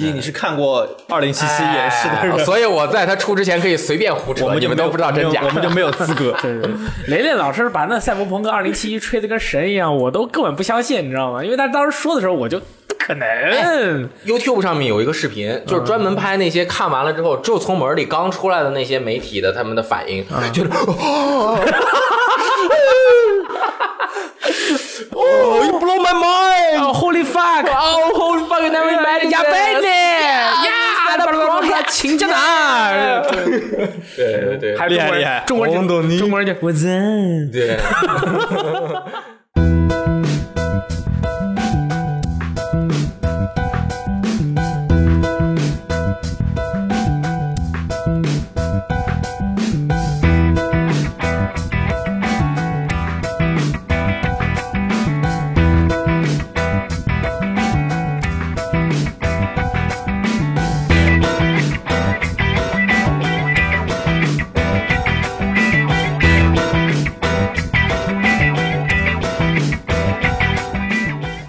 毕竟你是看过二零七七演示的人，哎所以我在他出之前可以随便胡扯，我们你就们没有都不知道真假我。们就没有资格。对对，雷雷老师把那赛博朋克二零七一吹的跟神一样，我都根本不相信，你知道吗？因为他当时说的时候，我就不可能。 YouTube 上面有一个视频，就是专门拍那些看完了之后，就从门里刚出来的那些媒体的他们的反应， 就是哦哦，You blow my mind！哦，Holy fuck！哦，Holy fucking never imagine！亚贝尼，呀呀，巴拉巴拉，请家哪？对对对，还有中国厉害厉人害，中国人红豆就泥中国人就我真对。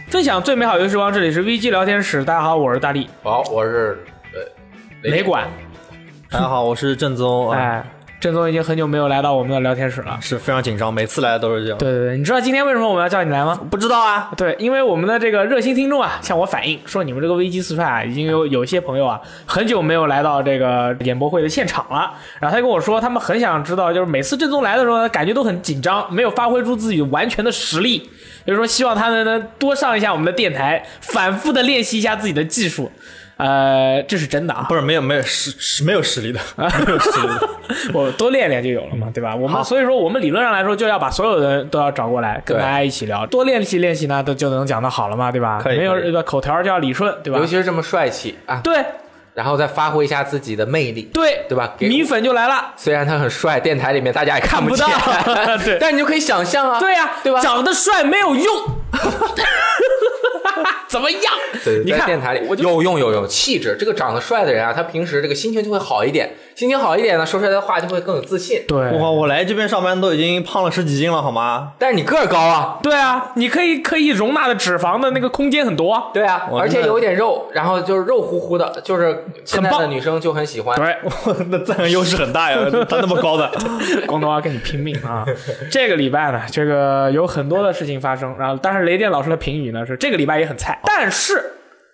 分享最美好游戏时光，这里是 VG 聊天室，大家好，我是大力好，我是呃雷管，大家好，我是正宗，啊，哎，郑总已经很久没有来到我们的聊天室了。是非常紧张，每次来都是这样。对对对，你知道今天为什么我们要叫你来吗？不知道啊，对，因为我们的这个热心听众啊，向我反映说，你们这个危机四帅啊，已经有有些朋友啊，很久没有来到这个演播会的现场了。然后他就跟我说，他们很想知道，就是每次正宗来的时候呢，感觉都很紧张，没有发挥出自己完全的实力。所以说，希望他们能多上一下我们的电台，反复的练习一下自己的技术。呃，这是真的啊不，是没有没有实实没有实 力的，没有实力的。 我多练练就有了嘛，对吧？我们所以说，我们理论上来说，就要把所有人都要找过来，跟对大家一起聊，多练习练习呢，都就能讲得好了嘛，对吧？可以没可以有呃口条就要理顺，对吧尤？其是这么帅气啊，对然后再发挥一下自己的魅力。对对吧给啊米粉就来了，虽然他很帅，电台里面大家也看不见到， 对但你就可以想象啊，对呀，对吧？长得帅 没有用，怎么样？对，你在看电台里有用有用，气质。这个长得帅的人啊，他平时这个心情就会好一点，心情好一点呢，说出来的话就会更有自信。对哇，我来这边上班都已经胖了十几斤了，好吗？ 但是你个儿高啊，对啊，你可以可以容纳的脂肪的那个空间很多啊，对啊，我而且真的有一点肉，然后就是肉乎乎的，就是现在的棒女生就很喜欢。 对。那赞扬优势很大呀，他那么高的，光头要跟你拼命啊！这个礼拜呢，这个有很多的事情发生，然后但是雷电老师的评语呢是这个礼拜也很菜，但是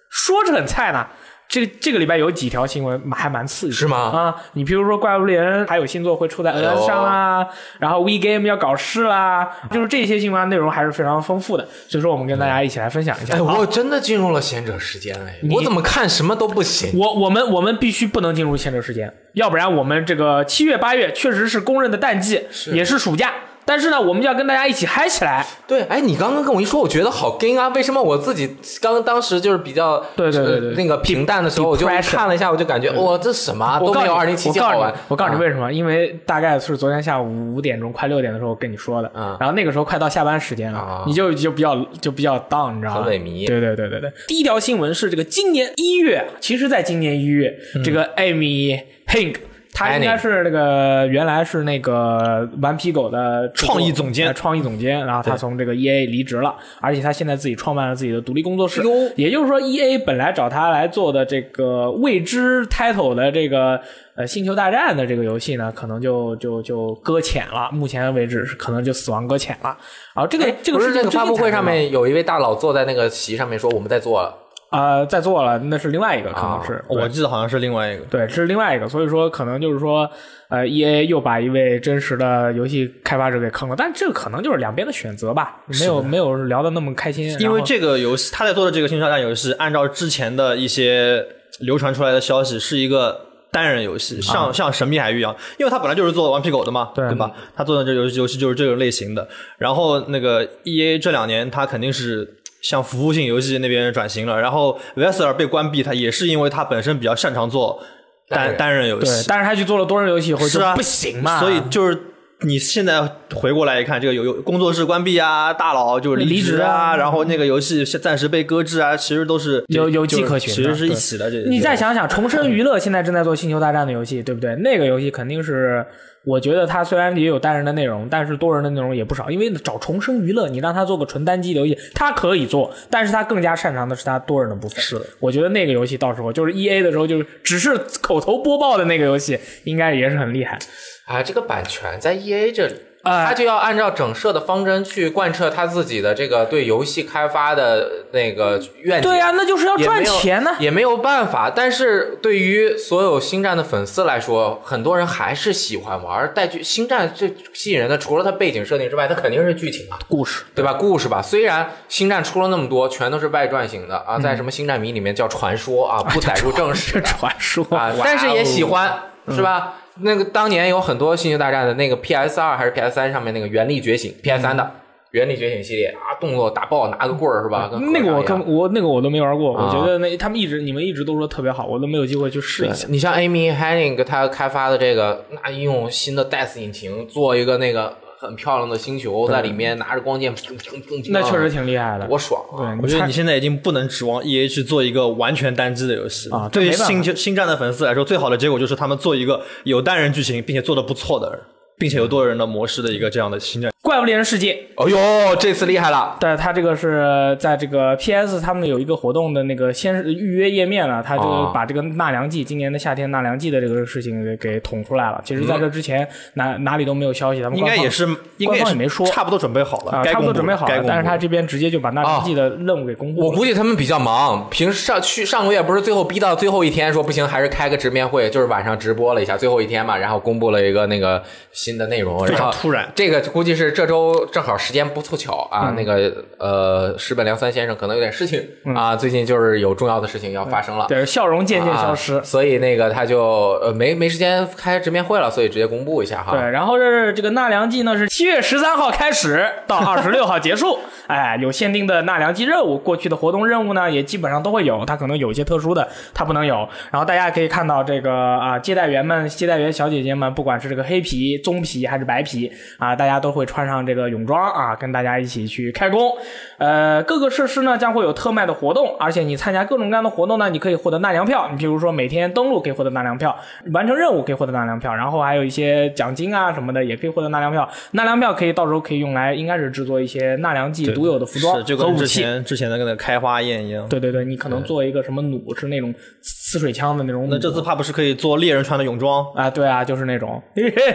说是很菜呢，这个这个礼拜有几条新闻蛮还蛮刺激，是吗哎啊，你比如说怪物猎人还有新作会出在 NS 上啦，然后 We Game 要搞事啦，就是这些新闻内容还是非常丰富的，所以说我们跟大家一起来分享一下。哎，我真的进入了贤者时间哎，我怎么看什么都不行。我我们我们必须不能进入限流时间，要不然我们这个七月八月确实是公认的淡季，也是暑假。但是呢，我们就要跟大家一起嗨起来。对，哎，你刚刚跟我一说，我觉得好 gay 啊！为什么我自己刚当时就是比较对对对对呃对那个平淡的时候，我就 Depression 嗯看了一下，我就感觉哇，这什么啊我都告没诉有你，二零七七好玩。我告诉你，我告诉你啊为什么？因为大概是昨天下午五点钟，快六点的时候跟你说的。嗯然后那个时候快到下班时间了，啊你就就比较就比较 down，你知道吗？很萎靡对对对对对。第一条新闻是这个今年一月，其实在今年一月，嗯这个艾米 Hank。他应该 Hennig 是那个原来是那个顽皮狗的制作创意总监呃创意总监，然后他从这个 E A 离职了，而且他现在自己创办了自己的独立工作室哟。也就是说，E A 本来找他来做的这个未知 title 的这个呃星球大战的这个游戏呢，可能就就就搁浅了。目前为止是可能就死亡搁浅了。然后这个这个哎不是事情那个最近发布会才上知道面有一位大佬坐在那个席上面说我们在做了，呃在做了，那是另外一个可能啊是、对我记得好像是另外一个。对，这是另外一个，所以说可能就是说，呃，E A 又把一位真实的游戏开发者给坑了，但这个可能就是两边的选择吧，没有没有聊的那么开心，因为然后这个游戏，他在做的这个《星球大战》游戏，按照之前的一些流传出来的消息，是一个单人游戏，像、像《神秘海域》一样，因为他本来就是做顽皮狗的嘛，啊对嗯对吧？他做的这个游戏游戏就是这种类型的。然后那个 E A 这两年，他肯定是。向服务性游戏那边转型了，然后 Vessel 被关闭，他也是因为他本身比较擅长做单单人单人游对，戏，但是他去做了多人游戏以后是就啊，不行嘛，所以就是你现在回过来一看，这个有有工作室关闭啊，大佬就是离职职啊然后那个游戏暂时被搁置啊，其实都是有有就是迹可循的其实是一对起的。这你再想想，重生娱乐现在正在做《星球大战》的游戏，对不对？那个游戏肯定是我觉得它虽然也有单人的内容，但是多人的内容也不少，因为找重生娱乐，你让他做个纯单机游戏，他可以做，但是他更加擅长的是他多人的部分。是的，我觉得那个游戏到时候就是 E A 的时候，就是只是口头播报的那个游戏，应该也是很厉害。啊，这个版权在 E A 这里。哎他就要按照整社的方针去贯彻他自己的这个对游戏开发的那个愿景。对呀、那就是要也赚没有钱呢、也没有办法。但是对于所有星战的粉丝来说，很多人还是喜欢玩带剧。星战最吸引人的，除了它背景设定之外，它肯定是剧情啊，故事对吧？故事吧。虽然星战出了那么多，全都是外传型的啊，在什么星战迷里面叫传说啊，不载入正史 这的嗯传说，啊，但是也喜欢，嗯是吧？那个当年有很多星球大战的那个 PS 二还是 PS 三上面那个《原力觉醒》，PS 三的《嗯原力觉醒》系列啊，动作打爆拿个棍儿是吧？跟那个我和尚一样跟我那个我都没玩过，啊我觉得那他们一直你们一直都说特别好，我都没有机会去试一下。你像 Amy Hennig 他开发的这个，那用新的 DES 引擎做一个那个很漂亮的星球，在里面拿着光剑，砰砰砰砰那确实挺厉害的，多爽啊！对，我觉得看你现在已经不能指望 E A 去做一个完全单机的游戏啊对于没办法星球星战的粉丝来说，最好的结果就是他们做一个有单人剧情，并且做的不错的，并且有多人的模式的一个这样的星战。怪物猎人世界哎呦，这次厉害了！但是它这个是在这个 PS 他们有一个活动的那个先是预约页面了，它就啊哦把这个纳凉季今年的夏天纳凉季的这个事情给给捅出来了。其实在这之前哪哪里都没有消息，他们应该官方也是，应该官方也是没说差不多准备好了，啊，该差公不布多准备好该了公，布但是他这边直接就把纳凉季的任务给公我布了。估计他们比较忙，平时上去上个月不是最后逼到最后一天，说不行，还是开个直面会，就是晚上直播了一下最后一天嘛，然后公布了一个那个新的内容，非然常后突然这个估计是这周正好时间不凑巧嗯啊，那个呃石本良三先生可能有点事情、啊，最近就是有重要的事情要发生了，嗯对，笑容渐渐消失啊。所以那个他就呃没没时间开直面会了，所以直接公布一下哈。对，然后这这个纳凉季呢是七月十三号开始到二十六号结束，哎，有限定的纳凉季任务，过去的活动任务呢也基本上都会有，它可能有一些特殊的它不能有。然后大家可以看到这个啊，接待员们、接待员小姐姐们，不管是这个黑皮、棕皮还是白皮啊，大家都会穿上这个泳装啊，跟大家一起去开工。呃，各个设施呢将会有特卖的活动，而且你参加各种各样的活动呢，你可以获得纳凉票。你比如说每天登录可以获得纳凉票，完成任务可以获得纳凉票，然后还有一些奖金啊什么的也可以获得纳凉票。纳凉票可以到时候可以用来，应该是制作一些纳凉季独有的服装是就和跟武之器。前之前的那个开花宴一样。对对对，你可能做一个什么弩是那种呲水枪的那种弩那这次怕不是可以做猎人穿的泳装？啊，对啊，就是那种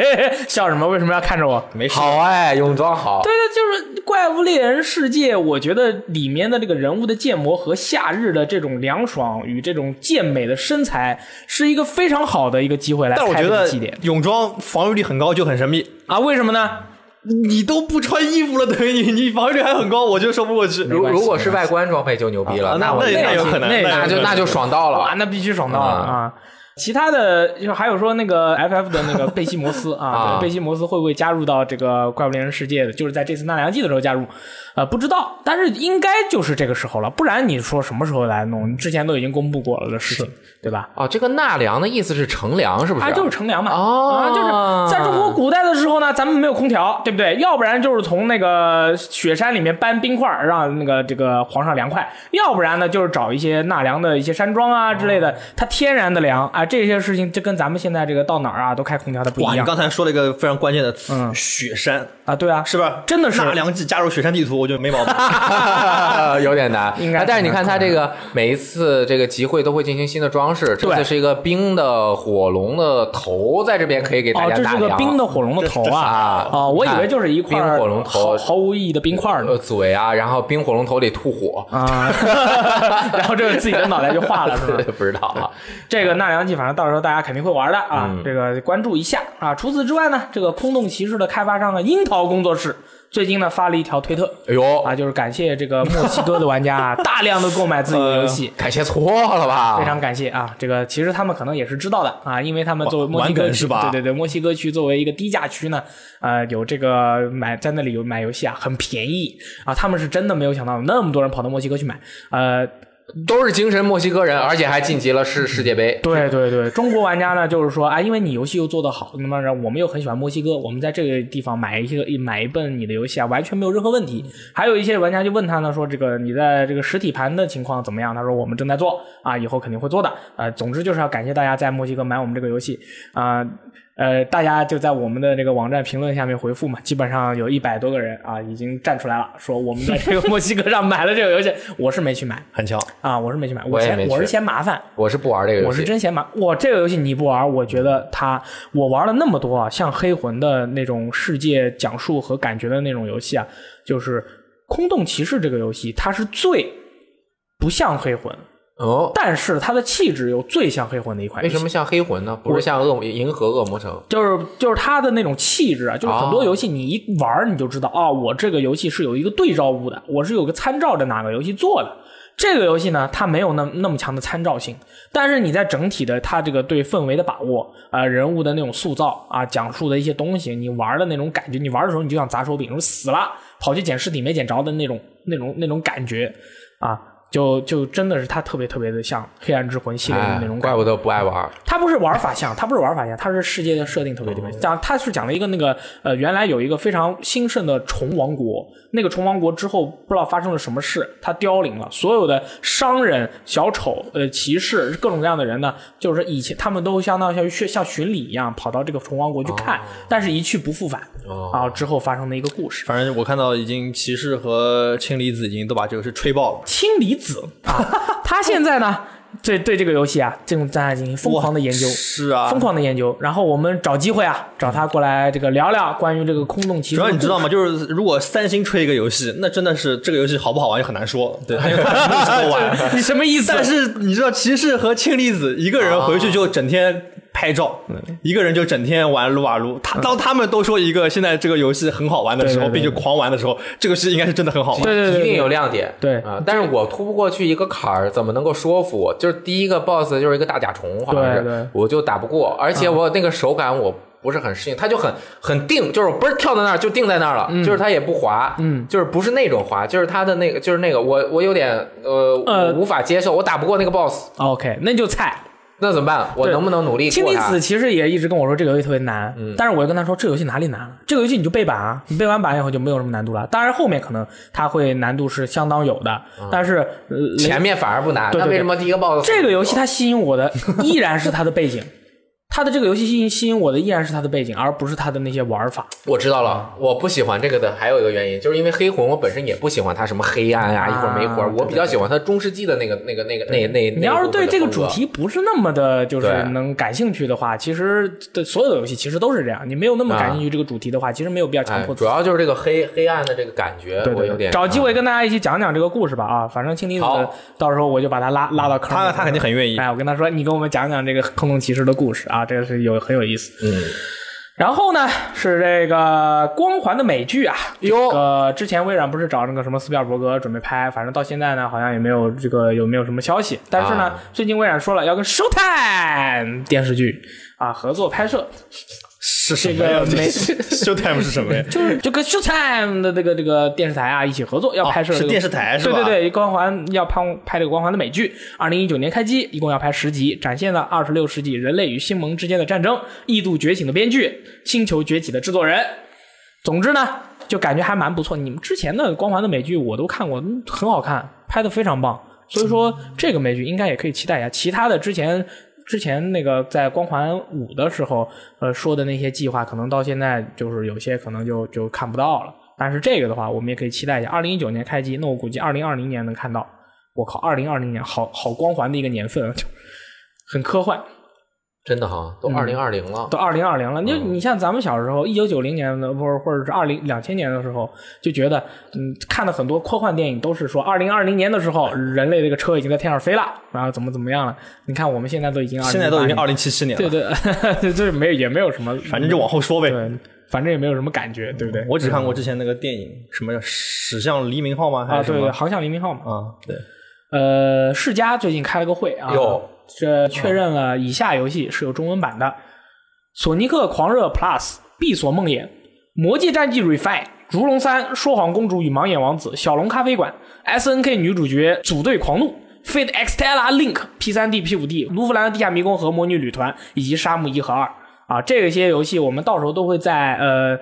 笑什么？为什么要看着我？没事，好哎，泳装好。对对，就是《怪物猎人世界》，我觉得里面的这个人物的建模和夏日的这种凉爽与这种健美的身材，是一个非常好的一个机会来但我开觉这个得祭典泳装防御力很高就很神秘。啊？为什么呢？你都不穿衣服了，等于你你防御力还很高，我就说不过去。如关系如果是外观装配就牛逼了，啊那我那那那有可能，那那有就可能那就爽啊到哇，了。那必须爽到了啊啊！其他的就还有说那个 FF 的那个贝西摩斯啊，啊贝西摩斯会不会加入到这个怪物猎人世界的？就是在这次纳凉季的时候加入，呃，不知道，但是应该就是这个时候了，不然你说什么时候来弄？之前都已经公布过了的事情，对吧？哦，这个纳凉的意思是乘凉，是不是？啊它就是乘凉嘛，哦啊，就是在中国古代的时候呢，咱们没有空调，对不对？要不然就是从那个雪山里面搬冰块儿，让那个这个皇上凉快；要不然呢，就是找一些纳凉的一些山庄哦啊之类的，它天然的凉啊，这些事情这跟咱们现在这个到哪儿啊都开空调的不哇，一你样刚才说了一个非常关键的词嗯，雪山啊，对啊，是吧？真的是纳凉季加入雪山地图，我觉得没毛 病。 有点难，应该啊但是你很看难它这个每一次这个集会都会进行新的装饰，这对次是一个冰的火龙的头在这边可以给大哦，家这打是个量。冰的火龙的头啊啊哦，我以为就是一块冰儿火龙头毫毫无意义的冰块儿呢呃嘴啊，然后冰火龙头里吐火，啊， 然后这个自己的脑袋就化了，是吧？ 不知道啊。这个纳凉季，反正到时候大家肯定会玩的啊，嗯这个关注一下啊。除此之外呢，这个空洞骑士的开发商呢，樱桃工作室最近呢发了一条推特哎呦，啊，就是感谢这个墨西哥的玩 家啊，大量的购买自己的游哎戏。感谢错了吧？非常感谢啊！这个其实他们可能也是知道的啊，因为他们作为玩墨西哥玩梗区是吧对对对，墨西哥区作为一个低价区呢，呃，有这个买在那里有买游戏啊，很便宜啊，他们是真的没有想到有那么多人跑到墨西哥去买，呃，都是精神墨西哥人，而且还晋级了世世界杯。对对对，中国玩家呢，就是说啊，因为你游戏又做得好，那么让我们又很喜欢墨西哥，我们在这个地方买一个买一本你的游戏啊，完全没有任何问题。还有一些玩家就问他呢，说这个你在这个实体盘的情况怎么样？他说我们正在做啊，以后肯定会做的。呃，总之就是要感谢大家在墨西哥买我们这个游戏啊。呃呃，大家就在我们的这个网站评论下面回复嘛，基本上有一百多个人啊已经站出来了，说我们在这个 墨西哥上买了这个游戏，我是没去买很强。啊，我是没去买，我也嫌没去我是嫌麻烦，我是不玩这个游戏，我是真嫌麻。我这个游戏你不玩，我觉得它我玩了那么多啊，像黑魂的那种世界讲述和感觉的那种游戏啊，就是《空洞骑士》这个游戏，它是最不像黑魂，哦，但是它的气质又最像黑魂的一款为游戏。什么像黑魂呢？不是像恶魔银河恶魔城？就是就是它的那种气质啊，就是很多哦游戏你一玩儿你就知道，哦，我这个游戏是有一个对照物的，我是有个参照着哪个游戏做的。这个游戏呢，它没有那那么强的参照性，但是你在整体的它这个对氛围的把握啊、人物的那种塑造啊、讲述的一些东西，你玩儿的那种感觉，你玩儿的时候你就想砸手柄，说死了，跑去捡尸体没捡着的那种那种那种感觉啊，就就真的是它特别特别的像《黑暗之魂》系列的哎那种，感觉。怪不得不爱玩。它不是玩法像，它不是玩法像，它是世界的设定特别特别像。它是讲了一个那个呃，原来有一个非常兴盛的虫王国，那个虫王国之后不知道发生了什么事，它凋零了，所有的商人、小丑、呃骑士各种各样的人呢，就是以前他们都相当于像像巡礼一样跑到这个虫王国去看，但是一去不复返。哦啊，之后发生的一个 故事。反正我看到已经骑士和氢离子已经都把这个是吹爆了。氢离子啊，他现在呢，对对这个游戏啊，这种在进行疯狂的研究，哇是啊疯狂的研究。然后我们找机会啊，找他过来这个聊聊关于这个空洞骑士主的要故事。你知 道吗？就是如果三星吹一个游戏，那真的是这个游戏好不好玩也很难说，对， 很有可能不好玩。你什么意思？但是你知道，骑士和氢离子一个人回去就整天拍照，啊一个人就整天玩撸啊撸。他当他们都说一个现在这个游戏很好玩的时候，嗯对对对并且狂玩的时候，这个游戏应该是真的很好玩。 对对对一定对有亮点，对啊、但是我突不过去一个坎儿，怎么能够说服我？就是第一个 boss 就是一个大甲虫，好像对对啊是，我就打不过，而且我那个手感我不是很适应，它就很很定，就是我不是跳到那儿就定在那儿了，就是它也不滑，嗯，就是不是那种滑，就是它的那个就是那个我我有点呃呃我无法接受，我打不过那个 boss， OK，那就菜。那怎么办？我对能不能努力氢过离它啊子？其实也一直跟我说这个游戏特别难，嗯但是我就跟他说这游戏哪里难了？这个游戏你就背板啊，你背完板以后就没有什么难度了。当然后面可能它会难度是相当有的，嗯但是、呃、雷前面反而不难，对对那为对什么第一个 boss 这个游戏它吸引我的 依然是它的背景，它的这个游戏吸引吸引我的依然是它的背景，而不是它的那些玩法。我知道嗯了，我不喜欢这个的还有一个原因，就是因为黑魂我本身也不喜欢它什么黑暗啊，啊一会儿没魂儿，我比较喜欢它中世纪的那个那个那个那那。你要是对这个主那部分的风格，题不是那么的，就是对能感兴趣的话，其实对所有的游戏其实都是这样。你没有那么感兴趣这个主题的话，其实没有必要强啊哎迫，自主己。要就是这个黑黑暗的这个感觉，对我对有对，点啊找机会跟大家一起讲讲这个故事吧啊！反正氢离子好到时候我就把他拉拉到坑里。他他肯定很愿意。哎，我跟他说，你给我们讲讲这个空洞骑士的故事啊，这个是有很有意思。嗯，然后呢，是这个光环的美剧啊，哟，呃，之前微软不是找那个什么斯皮尔伯格准备拍，反正到现在呢，好像也没有这个有没有什么消息。但是呢，啊最近微软说了要跟 Showtime 电视剧啊合作拍摄，是这个 没 Showtime 是什么呀？就是就跟 Showtime 的这个这个电视台啊一起合作 要拍摄、这哦是个电视台是对吧？对对，光环要拍拍这个光环的美剧，二零一九年开机，一共要拍十集，展现了二十六世纪人类与星盟之间的战争，异度觉醒的编剧，星球崛起的制作人。总之呢，就感觉还蛮不错。你们之前的光环的美剧我都看过，嗯很好看，拍的非常棒。所以说这个美剧应该也可以期待一下。其他的之前之前那个在光环五的时候，呃说的那些计划，可能到现在就是有些可能就就看不到了。但是这个的话，我们也可以期待一下。二零一九年开机，那我估计二零二零年能看到。我靠，二零二零年好好光环的一个年份啊，就很科幻。真的哈，都嗯二零二零了，都二零二零了，你就嗯你像咱们小时候，一九九零年的，或者或者是二零两千年的时候，就觉得，嗯，看的很多科幻电影都是说，二零二零年的时候，人类这个车已经在天上飞了，然后怎么怎么样了。啊你看我们现在都已经20现在都已经二零七七年对了，对， 就是没有也没有什么，反正就往后说呗。对，反正也没有什么感觉，对不对？我只看过之前那个电影，什么《驶向黎明号》吗？还嗯啊，是什对对，么？航向黎明号嘛。啊，对，呃，世嘉最近开了个会啊哟，这确认了以下游戏是有中文版的：《索尼克狂热 Plus》《闭锁梦魇》《魔界战记 Refine》《如龙三》《说谎公主与盲眼王子》《小龙咖啡馆》SNK 女主角组队狂怒。Fate Extella Link P 3 D P 5 D 卢浮兰的地下迷宫和魔女旅团以及沙漠一和二啊，这些游戏我们到时候都会在呃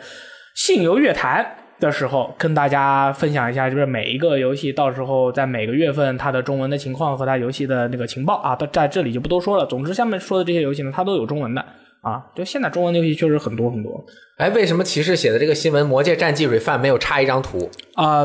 信游乐坛的时候跟大家分享一下，就是每一个游戏到时候在每个月份它的中文的情况和它游戏的那个情报啊，都在这里就不多说了。总之，下面说的这些游戏呢，它都有中文的啊。就现在中文游戏确实很多很多哎，为什么骑士写的这个新闻《魔界战记 refund》没有插一张图？啊、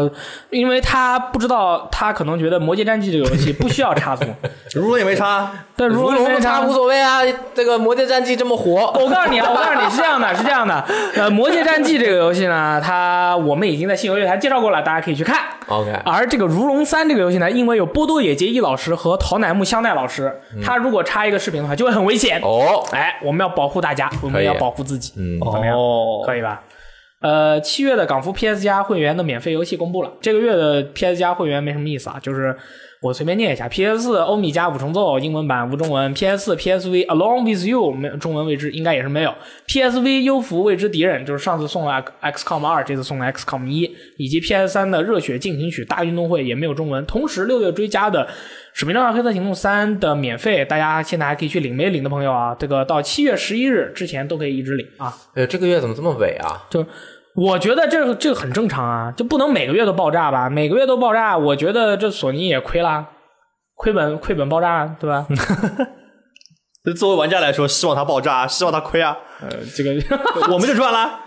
因为他不知道，他可能觉得《魔界战记》这个游戏不需要插图，如龙也没插，但如如 果龙不插插无所谓啊，这个《魔界战记》这么火，我告诉你啊，我告诉你是这样的，是这样的。呃，《魔界战记》这个游戏呢，它我们已经在新游乐台介绍过了，大家可以去看。 OK 而这个《如龙三》这个游戏呢，因为有波多野结衣老师和桃乃木香奈老师，他如果插一个视频的话，就会很危险。嗯哦，哎，我们要保护大家，我可们以要保护自己，嗯怎么样？哦可以吧？呃，七月的港服 PS 加会员的免费游戏公布了。这个月的 PS 加会员没什么意思啊，就是我随便念一下：PS 四欧米加五重奏英文版无中文；PS 四 PSV Along with You 没有中文未知，应该也是没有；PSV 优服未知敌人就是上次送了 XCOM 二，这次送了 XCOM 一，以及 PS 三的热血进行曲大运动会也没有中文。同时，六月追加的《使命召唤：黑色行动三》的免费，大家现在还可以去领，没领的朋友啊，这个到七月十一日之前都可以一直领啊。呃，这个月怎么这么尾啊？就是我觉得这个这个很正常啊，就不能每个月都爆炸吧？每个月都爆炸，我觉得这索尼也亏啦，亏本亏本爆炸，对吧？这作为玩家来说，希望它爆炸，希望它亏 啊，呃，这个，我们就赚 啦。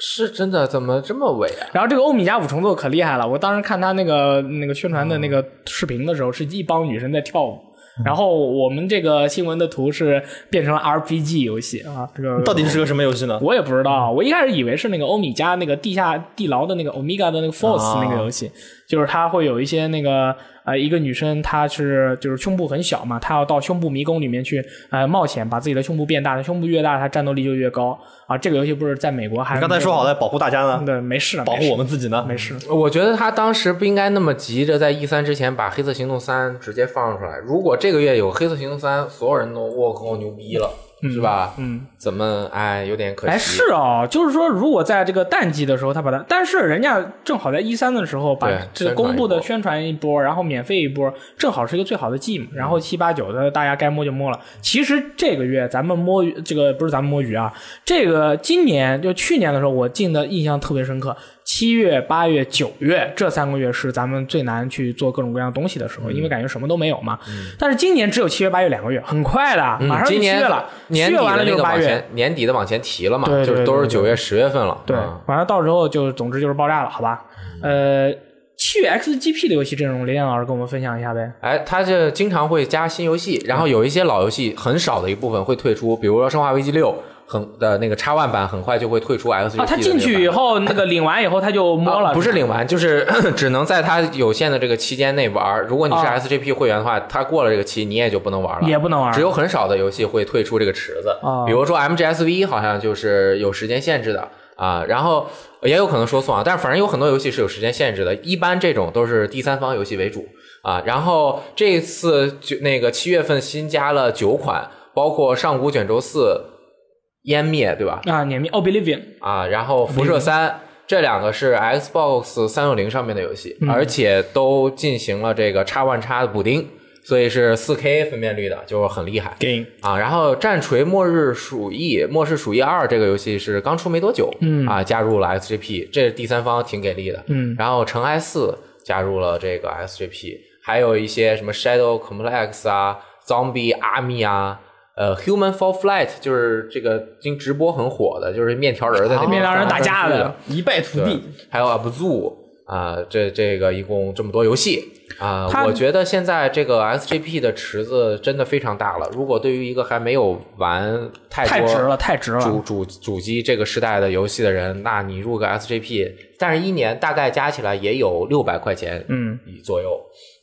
是真的怎么这么尾啊？然后这个欧米伽五重奏可厉害了，我当时看他那个那个宣传的那个视频的时候，是一帮女生在跳舞。然后我们这个新闻的图是变成了 RPG 游戏啊，这个到底是个什么游戏呢？我也不知道，嗯我一开始以为是那个欧米伽那个地下地牢的那个欧米伽的那个 Force 哦那个游戏，就是它会有一些那个呃，一个女生她是就是胸部很小嘛，她要到胸部迷宫里面去呃冒险，把自己的胸部变大，胸部越大她战斗力就越高啊。这个游戏不是在美国还你刚才说好了保护大家呢，对，没事的，保没护事我们自己呢？没事。我觉得他当时不应该那么急着在 E 三之前把《黑色行动三》直接放出来。如果这个月有《黑色行动三》，所有人都我靠牛逼了，是吧？嗯，怎么哎有点可惜？哎，是哦，就是说，如果在这个淡季的时候，他把它，但是人家正好在一三的时候把对这个公布的宣传一波，然后免费一波，正好是一个最好的季嘛。然嗯后七八九的大家该摸就摸了。其实这个月咱们摸鱼，这个不是咱们摸鱼啊，这个今年就去年的时候，我进的印象特别深刻。七月、八月、九月这三个月是咱们最难去做各种各样东西的时候，嗯因为感觉什么都没有嘛。但是今年只有七月、八月两个月，很快的，嗯马上就今七年月了，七年月底完了的就那是个八往月。前年底的往前提了嘛，对对就是都是对对九月、十月份了。对嗯，完了到时候就总之就是爆炸了，好吧？呃，七月 XGP 的游戏阵容，雷电老师跟我们分享一下呗。哎，他这经常会加新游戏，然后有一些老游戏很少的一部分会退出，比如说《生化危机六》很的那个叉 One 版很快就会退出 X。啊，他进去以后，那个领完以后他就摸了，啊不是领完，就是 只能在它有限的这个期间内玩儿。如果你是啊 SGP 会员的话，它过了这个期你也就不能玩了。也不能玩只有很少的游戏会退出这个池子，啊比如说 MGSV 好像就是有时间限制的啊，然后也有可能说错啊，但是反正有很多游戏是有时间限制的，一般这种都是第三方游戏为主啊。然后这一次就那个七月份新加了九款，包括《上古卷轴四》、湮灭，对吧？啊，碾灭 Oblivion 啊，然后《辐射三》这两个是 Xbox 三六零上面的游戏，嗯而且都进行了这个叉万叉的补丁，所以是四 K 分辨率的，就是很厉害。 game 啊，然后《战锤末日鼠疫》《末世鼠疫二》这个游戏是刚出没多久，嗯啊，加入了 SGP，这是第三方挺给力的，嗯然后《尘埃四》加入了这个 SGP，还有一些什么 Shadow Complex 啊、Zombie Army 啊。呃，Human Fall Flight 就是这个经直播很火的，就是面条人在那边哦面条人打架的的，一败涂啊对地。，还有 Abzu 啊、这这个一共这么多游戏啊、它我觉得现在这个 SGP 的池子真的非常大了。如果对于一个还没有玩太太多值了，太值主了。主主机这个时代的游戏的人，那你入个 SGP，但是一年大概加起来也有六百块钱嗯左右。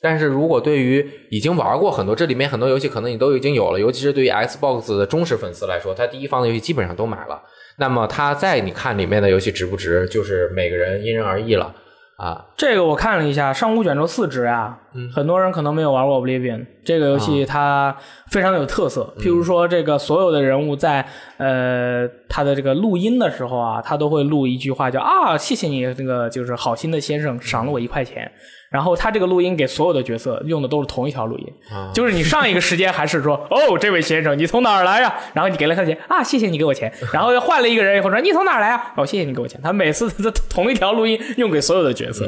但是如果对于已经玩过很多，这里面很多游戏可能你都已经有了，尤其是对于 Xbox 的忠实粉丝来说，他第一方的游戏基本上都买了。那么他在你看里面的游戏值不值，就是每个人因人而异了啊。这个我看了一下，《上古卷轴四》值啊，很多人可能没有玩过 Oblivion 这个游戏，它非常有特色。譬如说，这个所有的人物在呃他的这个录音的时候啊，他都会录一句话叫啊，谢谢你那个就是好心的先生赏了我一块钱。然后他这个录音给所有的角色用的都是同一条录音，就是你上一个时间还是说哦，这位先生你从哪儿来呀、然后你给了他钱啊，谢谢你给我钱。然后又换了一个啊人以后说你从哪儿来呀、哦，谢谢你给我钱。他每次都同一条录音用给所有的角色。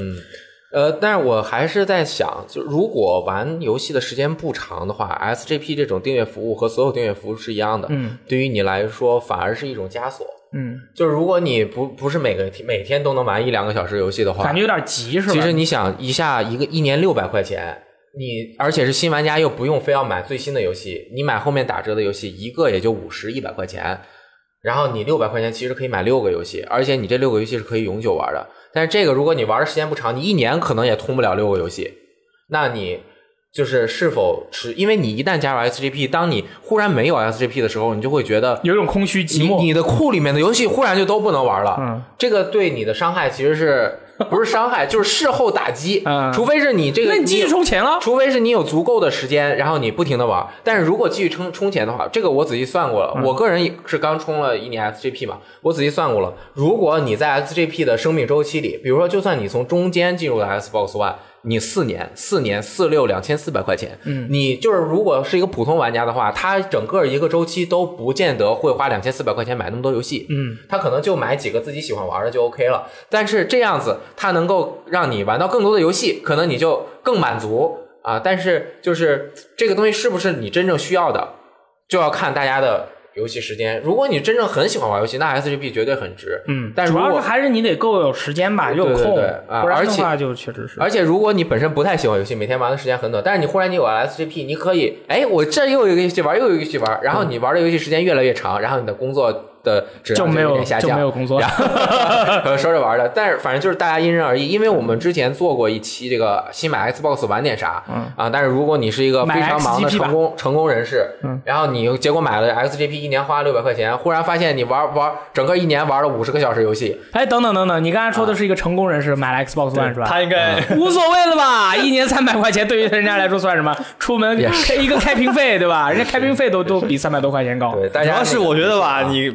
呃，但是我还是在想，就如果玩游戏的时间不长的话，SGP 这种订阅服务和所有订阅服务是一样的，嗯，对于你来说反而是一种枷锁。嗯，就是如果你不不是每个每天都能玩一两个小时游戏的话，感觉有点急是吧？其实你想一下一个一年六百块钱，你而且是新玩家又不用非要买最新的游戏，你买后面打折的游戏一个也就五十一百块钱，然后你六百块钱其实可以买六个游戏，而且你这六个游戏是可以永久玩的。但是这个如果你玩的时间不长，你一年可能也通不了六个游戏，那你。就是是否持，因为你一旦加入 SGP，当你忽然没有 SGP 的时候，你就会觉得有一种空虚寂你寞。你的库里面的游戏忽然就都不能玩了，嗯这个对你的伤害其实是不是伤害，就是事后打击，嗯除非是你这个，那你继续充钱了？除非是你有足够的时间，然后你不停的玩。但是如果继续充充钱的话，这个我仔细算过了，我个人也是刚充了一年 SGP 嘛，我仔细算过了，如果你在 SGP 的生命周期里，比如说就算你从中间进入了 Xbox One。你四年，四年四六两千四百块钱，嗯，你就是如果是一个普通玩家的话，他整个一个周期都不见得会花两千四百块钱买那么多游戏，嗯，他可能就买几个自己喜欢玩的就 OK 了。但是这样子，它能够让你玩到更多的游戏，可能你就更满足，啊，但是就是这个东西是不是你真正需要的，就要看大家的游戏时间。如果你真正很喜欢玩游戏，那 SGP 绝对很值。嗯，但如主要是果还是你得够有时间吧，有对对空，对啊不然而的且话就确实是。而且如果你本身不太喜欢游戏，每天玩的时间很短，但是你忽然你有了 SGP，你可以，哎，我这又有一个游戏玩，又有一个游戏玩，然后你玩的游戏时间越来越长，然后你的工作的质嗯就量没有有点下就降没，有工作然，后 呃说着玩儿的，但是反正就是大家因人而异，因为我们之前做过一期这个新买 Xbox 玩点啥，嗯啊，但是如果你是一个非常忙的买 XGP 吧成功成功人士，嗯然后你结果买了 XGP 一年花六百块钱，忽然发现你玩玩整个一年玩了五十个小时游戏，哎，等等等等，你刚才说啊的是一个成功人士买了 Xbox One 是吧？嗯他应该、无所谓了吧，一年三百块钱对于人家来说算什么？出门也开一个开瓶费，对 吧？人家开瓶费都都比三百多块钱高。对，大 主家要是那个我觉得吧，啊你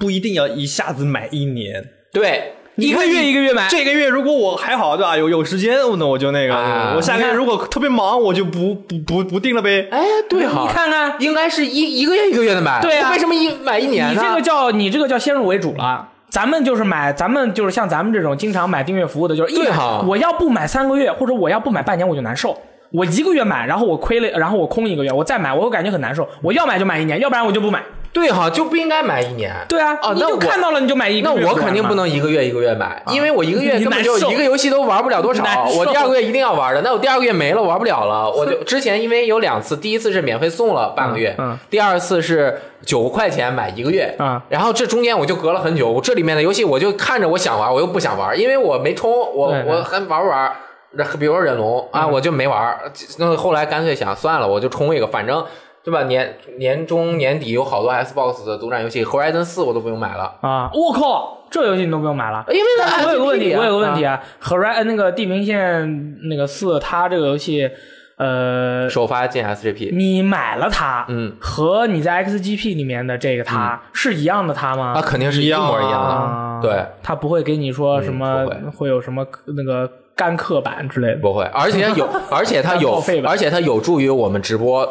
不一定要一下子买一年，对一个月一个月买，这个月如果我还好，对吧？有有时间，那我就那个。啊我下个月如果特别忙，我就不不不不定了呗。哎对哈，你看看，应该是一一个月一个月的买，对啊为什么一买一年你呢？这个叫你这个叫先入为主了。咱们就是买，咱们就是像咱们这种经常买订阅服务的，就是一对哈我要不买三个月，或者我要不买半年，我就难受。我一个月买，然后我亏了，然后我空一个月，我再买，我又感觉很难受。我要买就买一年，要不然我就不买。对哈，就不应该买一年，对啊，哦你那就我看到了你就买一个那月我肯定不能。能一个月一个月买，因为我一个月啊 你根本难就受一个游戏都玩不了多少难，受我第二个月一定要玩的。那我第二个月没了，玩不了了。我 就之前因为有两次，第一次是免费送了半个月，嗯嗯第二次是九块钱买一个月，啊然后这中间我就隔了很久，我这里面的游戏我就看着我想玩，我又不想玩，因为我没充，我对对嗯我还玩不玩？那比如说忍龙啊，我就没玩。那后来干脆想算了，我就充一个，反正对吧？年年中年底有好多 Xbox 的独占游戏，Horizon 四我都不用买了。啊！我靠，这游戏你都不用买了。因为它我有个问 SGP 题，啊我有个问题啊，和 r i 那个《地平线》那个四，它这个游戏，呃，首发进 SGP 你买了它，嗯，和你在 XGP 里面的这个它是一样的它吗？啊，肯定是一模一样啊，对，它不会给你说什么嗯不会有什么那个干刻版之类的，的，不会，而且 有，而且它有报废，吧而且它有助于我们直播，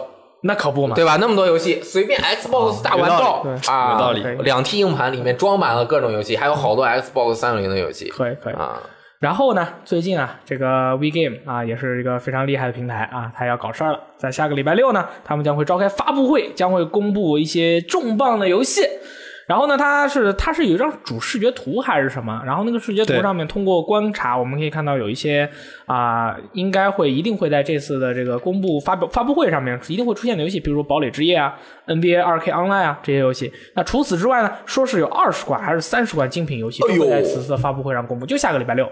那可不嘛。对吧？那么多游戏，随便 Xbox 大玩道造嗯理啊，有道理可以两 T 硬盘里面装满了各种游戏，还有好多 Xbox 三六零的游戏可以可以，啊，然后呢，最近啊，这个 V Game 啊，也是一个非常厉害的平台啊，它要搞事儿了。在下个礼拜六呢，他们将会召开发布会，将会公布一些重磅的游戏。然后呢，它是它是有一张主视觉图还是什么？然后那个视觉图对上面，通过观察，我们可以看到有一些啊、应该会一定会在这次的这个公布发表发布会上面一定会出现的游戏，比如说《堡垒之夜》啊、NBA 2K Online 啊这些游戏。那除此之外呢，说是有二十款还是三十款精品游戏都哎呦会在此次的发布会上公布，就下个礼拜六。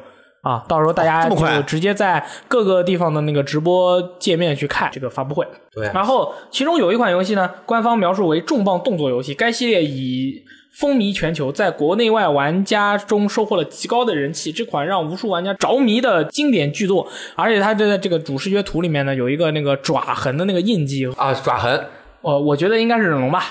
啊，到时候大家这么快啊就直接在各个地方的那个直播界面去看这个发布会。对然后其中有一款游戏呢，官方描述为重磅动作游戏，该系列以。风靡全球，在国内外玩家中收获了极高的人气。这款让无数玩家着迷的经典巨作，而且它这在这个主视觉图里面呢，有一个那个爪痕的那个印记。啊，爪痕呃，我觉得应该是忍 龙吧，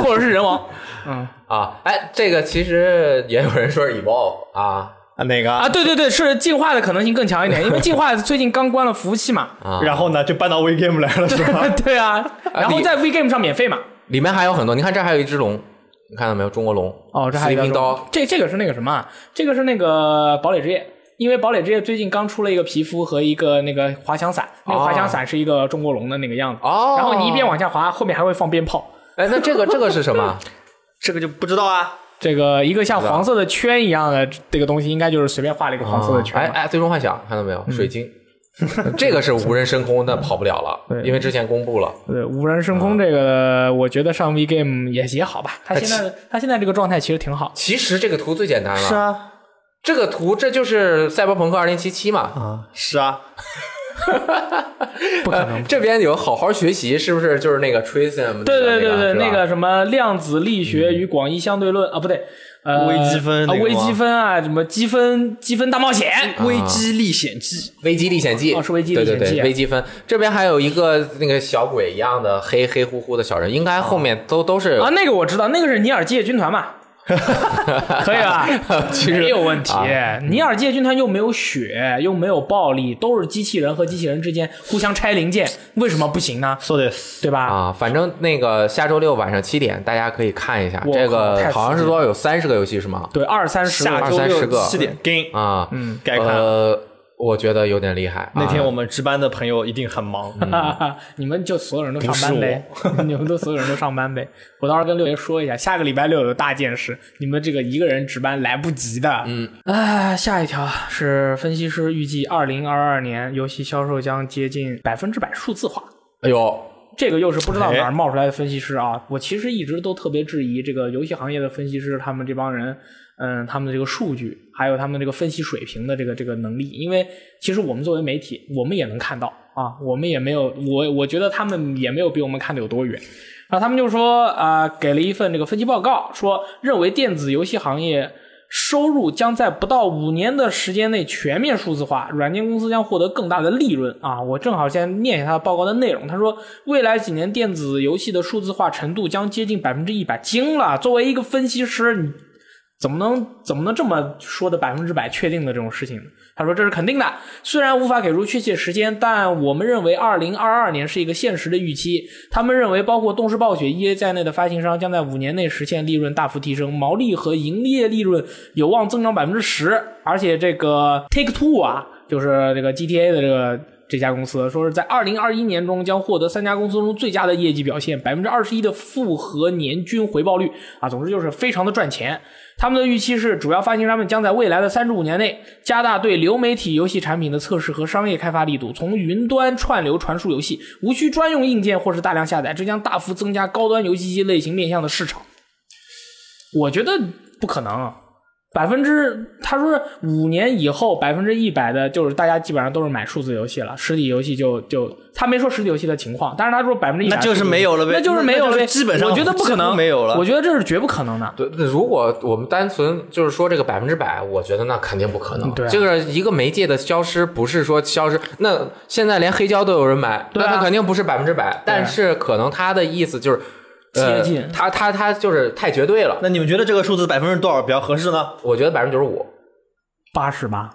或者是人王 嗯啊，哎，这个其实也有人说是 Evolve 啊啊，哪个？啊。对对对，是进化的可能性更强一点，因为进化最近刚关了服务器嘛。啊，然后呢，就搬到 V Game 来了，是 吧？对啊，然后你在 V Game 上免费嘛。里面还有很多，你看这还有一只龙，你看到没有？中国龙哦，这还有一个 Sleeping Dog 这这个是那个什么啊？这个是那个《堡垒之夜》因为堡垒之夜最近刚出了一个皮肤和一个那个滑翔伞，那个滑翔伞是一个中国龙的那个样子，哦然后你一边往下滑，后面还会放鞭炮。哎，那这个这个是什么？这个就不知道啊。这个一个像黄色的圈一样的这个东西，应该就是随便画了一个黄色的圈。哎哎，最终幻想看到没有？嗯水晶，这个是无人升空，那跑不了了，对因为之前公布了。对，无人升空这个，我觉得上 V Game 也也好吧，他现在他现在这个状态其实挺好。其实这个图最简单了，是啊，这个图这就是《赛博朋克2077》嘛，啊，是啊，不可能。呃这边有好好学习，是不是就是那个 Trism？对对对对，那那个个什么量子力学与广义相对论啊，不对，呃，微积分啊那个吗嗯微积分啊，什么积分积分大冒险， 《危机历险记》危机历险记哦是危机历险记对对对，啊危机分这边还有一个那个小鬼一样的黑黑乎乎的小人，应该后面都都是啊，那个我知道，那个是尼尔基业军团嘛，可以吧？其实没有问题。啊尼尔基业军团又没有血，又没有暴力，都是机器人和机器人之间互相拆零件，为什么不行呢？ ，so this 对吧？啊，反正那个下周六晚上七点，大家可以看一下我靠这太个，刺激了好像是多少有三十个游戏是吗？对，二三十下二周三十六个七点，game。啊，嗯，该看了。呃，我觉得有点厉害。那天啊我们值班的朋友一定很忙， 你们就所有人都上班呗， 你们都所有人都上班呗。我到时候跟六爷说一下，下个礼拜六有大件事，你们这个一个人值班来不及的。嗯，啊，下一条是分析师预计二零二二年游戏销售将接近百分之百数字化。哎呦，这个又是不知道哪儿冒出来的分析师啊！我其实一直都特别质疑这个游戏行业的分析师，他们这帮人，嗯，他们的这个数据，还有他们这个分析水平的这个这个能力，因为其实我们作为媒体，我们也能看到啊，我们也没有，我我觉得他们也没有比我们看的有多远。然后他们就说啊、给了一份这个分析报告，说认为电子游戏行业收入将在不到五年的时间内全面数字化，软件公司将获得更大的利润啊！我正好先念一下他的报告的内容。他说，未来几年电子游戏的数字化程度将接近百分之一百，惊了！作为一个分析师，你怎么能怎么能这么说的百分之百确定的这种事情呢？他说这是肯定的，虽然无法给出确切时间，但我们认为二零二二年是一个现实的预期。他们认为，包括动视暴雪、EA 在内的发行商将在五年内实现利润大幅提升，毛利和营业利润有望增长百分之十。而且这个 Take Two 啊，就是这个 GTA 的这个这家公司说是在二零二一年中将获得三家公司中最佳的业绩表现，百分之二十一的复合年均回报率啊，总之就是非常的赚钱。他们的预期是，主要发行商们将在未来的三至五年内加大对流媒体游戏产品的测试和商业开发力度，从云端串流传输游戏，无需专用硬件或是大量下载，这将大幅增加高端游戏机类型面向的市场。我觉得不可能、啊百分之他说是五年以后百分之一百的，就是大家基本上都是买数字游戏了，实体游戏就就他没说实体游戏的情况，但是他说百分之一百那就是没有了呗那就是没有了那呗，就是基本上我觉得不可几能乎没有了我觉得这是绝不可能的。对，那如果我们单纯就是说这个百分之百，我觉得那肯定不可能。嗯对啊这个一个媒介的消失，不是说消失，那现在连黑胶都有人买，对啊那它肯定不是百分之百，但是可能它的意思就是。呃接近它它它就是太绝对了，那你们觉得这个数字百分之多少比较合适呢？我觉得百分之九十五，八十八，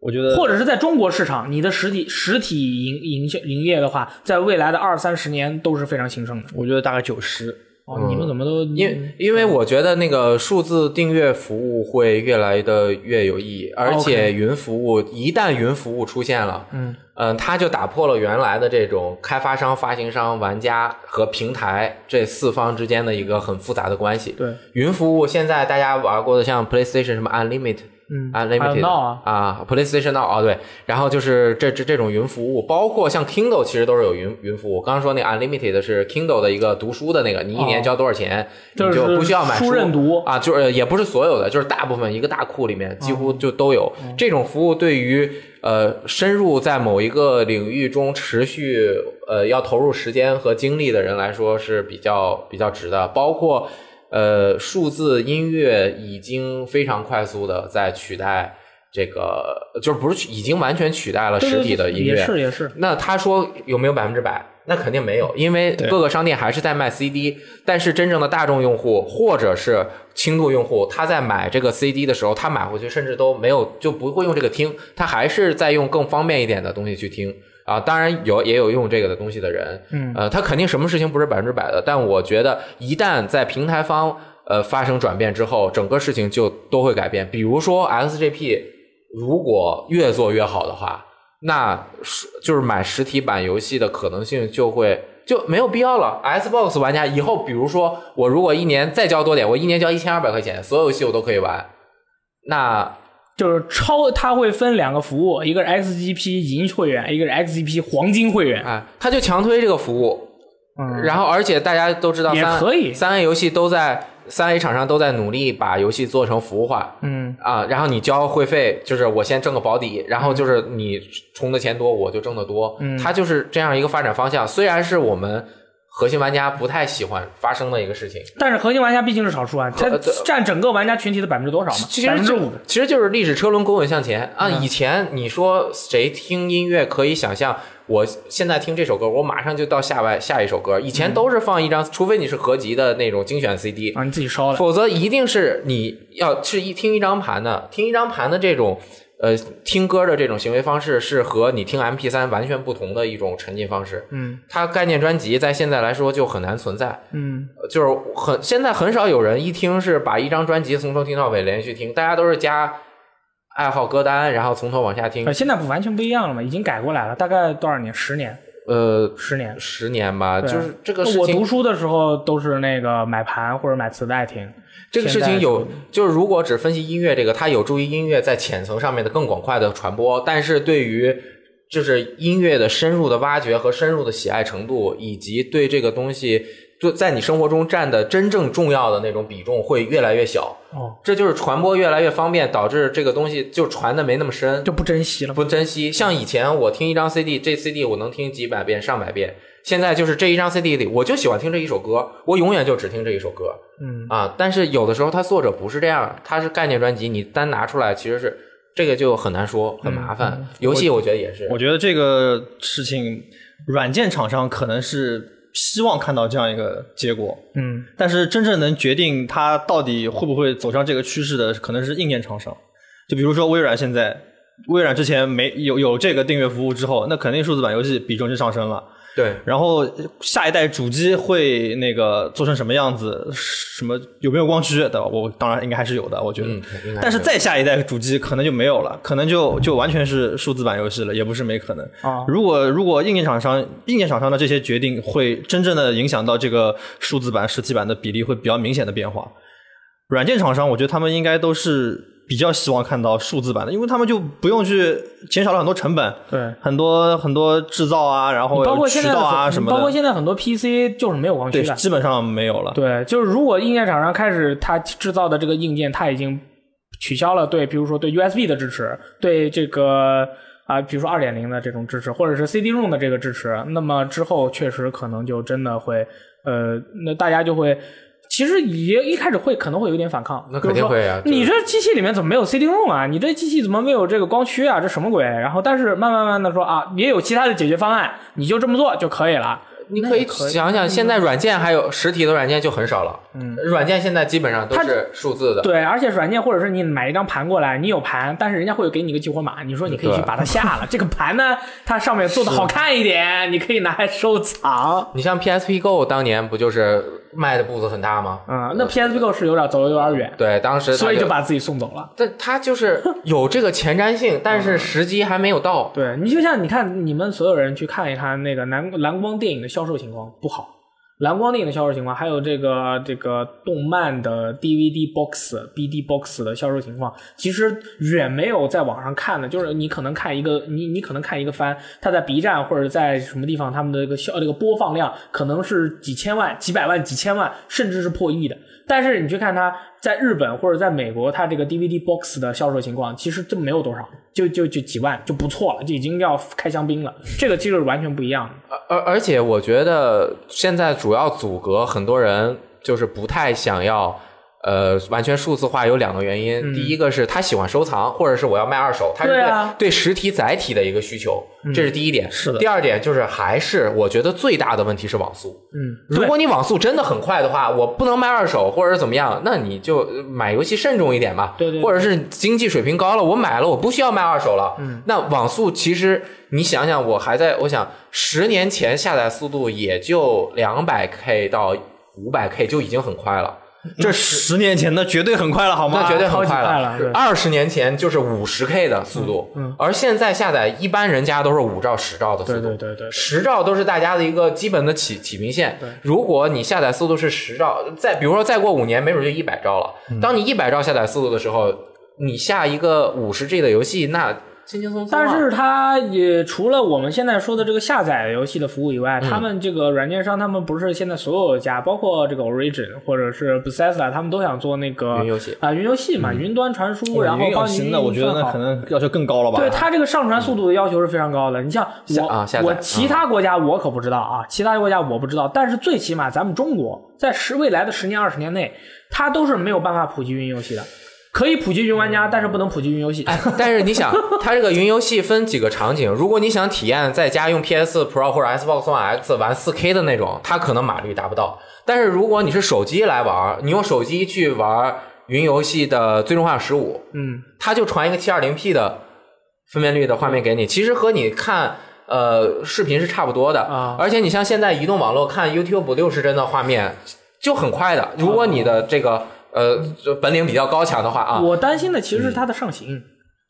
我觉得或者是在中国市场，你的实体实体营营销营业的话，在未来的二三十年都是非常兴盛的。我觉得大概九十。哦，你们怎么都嗯因为因为我觉得那个数字订阅服务会越来的越有意义，而且云服务一旦云服务出现了，嗯它就打破了原来的这种开发商、发行商、玩家和平台这四方之间的一个很复杂的关系。对，云服务现在大家玩过的像 PlayStation 什么 Unlimited。嗯还有 Unlimited Now 啊 PlayStation Now 啊，对，然后就是这这这种云服务，包括像 Kindle 其实都是有云云服务。刚刚说那 Unlimited 是 Kindle 的一个读书的那个，你一年哦交多少钱，就你是就不需要买书认读啊，就是呃也不是所有的，就是大部分一个大库里面几乎就都有、嗯这种服务。对于呃深入在某一个领域中持续呃要投入时间和精力的人来说是比较比较值的，包括呃数字音乐已经非常快速的在取代。这个就是不是取已经完全取代了对实对体的对音乐，也是也是，那他说有没有百分之百？那肯定没有，因为各个商店还是在卖 CD，但是真正的大众用户或者是轻度用户，他在买这个 CD 的时候，他买回去甚至都没有就不会用这个听，他还是在用更方便一点的东西去听啊。当然有也有用这个的东西的人，嗯，呃，他肯定什么事情不是百分之百的，但我觉得一旦在平台方呃发生转变之后，整个事情就都会改变。比如说 XGP 如果越做越好的话，那是就是买实体版游戏的可能性就会就没有必要了。Xbox 玩家以后，比如说我如果一年再交多点，我一年交一千二百块钱，所有游戏我都可以玩。那就是超，它会分两个服务，一个是 XGP 银会员，一个是 XGP 黄金会员。哎，他就强推这个服务，啊嗯，然后而且大家都知道也三可以三 A 游戏都在三 A 厂商都在努力把游戏做成服务化，嗯，啊，然后你交会费，就是我先挣个保底，然后就是你充的钱多，我就挣得多。嗯它就是这样一个发展方向，虽然是我们核心玩家不太喜欢发生的一个事情，但是核心玩家毕竟是少数啊，它呃对占整个玩家群体的百分之多少嘛其？实百分之就五。嗯其实就是历史车轮滚滚向前啊！以前你说谁听音乐可以想象，我现在听这首歌，我马上就到下外下一首歌。以嗯前都是放一张，除非你是合集的那种精选 CD，啊，你自己烧的，否则一定是你要是一听一张盘的，听一张盘的这种呃听歌的这种行为方式，是和你听 MP 3完全不同的一种沉浸方式。嗯它概念专辑在现在来说就很难存在，嗯，呃就是很现在很少有人一听是把一张专辑从头听到尾连续听，大家都是加爱好歌单，然后从头往下听呃，。现在不完全不一样了嘛，已经改过来了，大概多少年？十年，呃，十年。十年吧，对就是这个事情。我读书的时候都是那个买盘或者买磁带听，这个事现在情有，就是如果只分析音乐这个，它有助于音乐在浅层上面的更广快的传播，但是对于就是音乐的深入的挖掘和深入的喜爱程度，以及对这个东西就在你生活中占的真正重要的那种比重会越来越小。哦，这就是传播越来越方便，导致这个东西就传的没那么深，就不珍惜了。不珍惜。像以前我听一张 CD，这 CD 我能听几百遍、上百遍，现在就是这一张 CD 里，我就喜欢听这一首歌，我永远就只听这一首歌。嗯啊，但是有的时候它作者不是这样，它是概念专辑，你单拿出来其实是这个就很难说，很麻烦。游戏我觉得也是，我觉得这个事情，软件厂商可能是希望看到这样一个结果，嗯，但是真正能决定它到底会不会走上这个趋势的，可能是硬件厂商。就比如说微软现在，微软之前没有有这个订阅服务之后，那肯定数字版游戏比重就上升了。对然后下一代主机会那个做成什么样子，什么有没有光驱，对吧？我当然应该还是有的，我觉得。嗯应该是有但是再下一代主机可能就没有了，可能就就完全是数字版游戏了，也不是没可能。啊哦如果如果硬件厂商硬件厂商的这些决定会真正的影响到这个数字版实体版的比例会比较明显的变化，软件厂商我觉得他们应该都是比较希望看到数字版的，因为他们就不用去减少了很多成本。对。很多很多制造啊，然后包括现渠在的道啊很什么的，包括现在很多 PC 就是没有光驱对，的，基本上没啊有了。对，就是如果硬件厂商开始它制造的这个硬件，它已经取消了对，比如说对 USB 的支持，对这个啊、比如说二点零的这种支持，或者是 CD-ROM 的这个支持，那么之后确实可能就真的会，呃，那大家就会。其实也一开始会可能会有点反抗，那比肯如定说会啊就是你这机器里面怎么没有 CD-ROM 啊？你这机器怎么没有这个光驱啊？这什么鬼？然后但是慢慢慢的说啊，也有其他的解决方案，你就这么做就可以了。你可以想想，现在软件还有实体的软件就很少了，嗯，软件现在基本上都它是数字的，对，而且软件或者是你买一张盘过来，你有盘，但是人家会给你一个激活码，你说你可以去对把它 下了。这个盘呢，它上面做的好看一点，你可以拿来收藏。你像 PSP Go 当年不就是卖的步子很大吗？啊、那 PSP Go 是有点走的有点远，对，当时它所以就就把自己送走了。但它就是有这个前瞻性，但是时机还没有到。对你就像你看，你们所有人去看一看那个蓝蓝光电影的销售情况不好，蓝光电影的销售情况，还有这个这个动漫的 DVD box、BD box 的销售情况，其实远没有在网上看的，就是你可能看一个你你可能看一个番，它在 B 站或者在什么地方，他们的这个销这个播放量可能是几千万、几百万、几千万，甚至是破亿的。但是你去看它在日本或者在美国，它这个 DVD box 的销售情况，其实真没有多少，就就就几万就不错了，就已经要开香槟了。这个其实是完全不一样的。而而且我觉得现在主要阻隔很多人就是不太想要。呃，完全数字化有两个原因，第一个是他喜欢收藏，或者是我要卖二手，他是对啊对实体载体的一个需求，这是第一点。是的第二点就是还是我觉得最大的问题是网速。嗯，如果你网速真的很快的话，我不能卖二手或者是怎么样，那你就呃买游戏慎重一点嘛。对对对或者是经济水平高了，我买了我不需要卖二手了。嗯，那网速其实你想想，我还在我想十年前下载速度也就两百 K 到五百 K 就已经很快了。这十年前那绝对很快了，好吗？那绝对很超级快快了对嗯二十年前就是五十 K 的速度，而现在下载一般人家都是五兆、十兆的速对度。对对对，十兆都是大家的一个基本的起起平线。如果你下载速度是十兆，再比如说再过五年，没准就一百兆了。嗯当你一百兆下载速度的时候，你下一个五十 G 的游戏，那轻轻松松啊。但是它也除了我们现在说的这个下载游戏的服务以嗯外，他们这个软件商，他们不是现在所有家，包括这个 Origin 或者是 Bethesda，他们都想做那个云游戏啊、云游戏嘛，云端传输，然后嗯云有帮你新的，我觉得运算那好可能要求更高了吧？对它这个上传速度的要求是非常高的。你像我，啊下载我嗯其他国家我可不知道啊，其他国家我不知道。但是最起码咱们中国在十未来的十年二十年内，它都是没有办法普及云游戏的。可以普及云玩嗯家，但是不能普及云游戏。哎，但是你想， 它这个云游戏分几个场景，如果你想体验在家用 PS Pro 或者 Xbox One X 玩 4K 的那种，它可能码率达不到。但是如果你是手机来玩，你用手机去玩云游戏的《最终幻想十五》，嗯，它就传一个 720P 的分辨率的画面给嗯你，其实和你看。呃，视频是差不多的啊而且你像现在移动网络看 YouTube 六十帧的画面就很快的，如果你的这个呃就本领比较高强的话啊，我担心的其实是它的上行。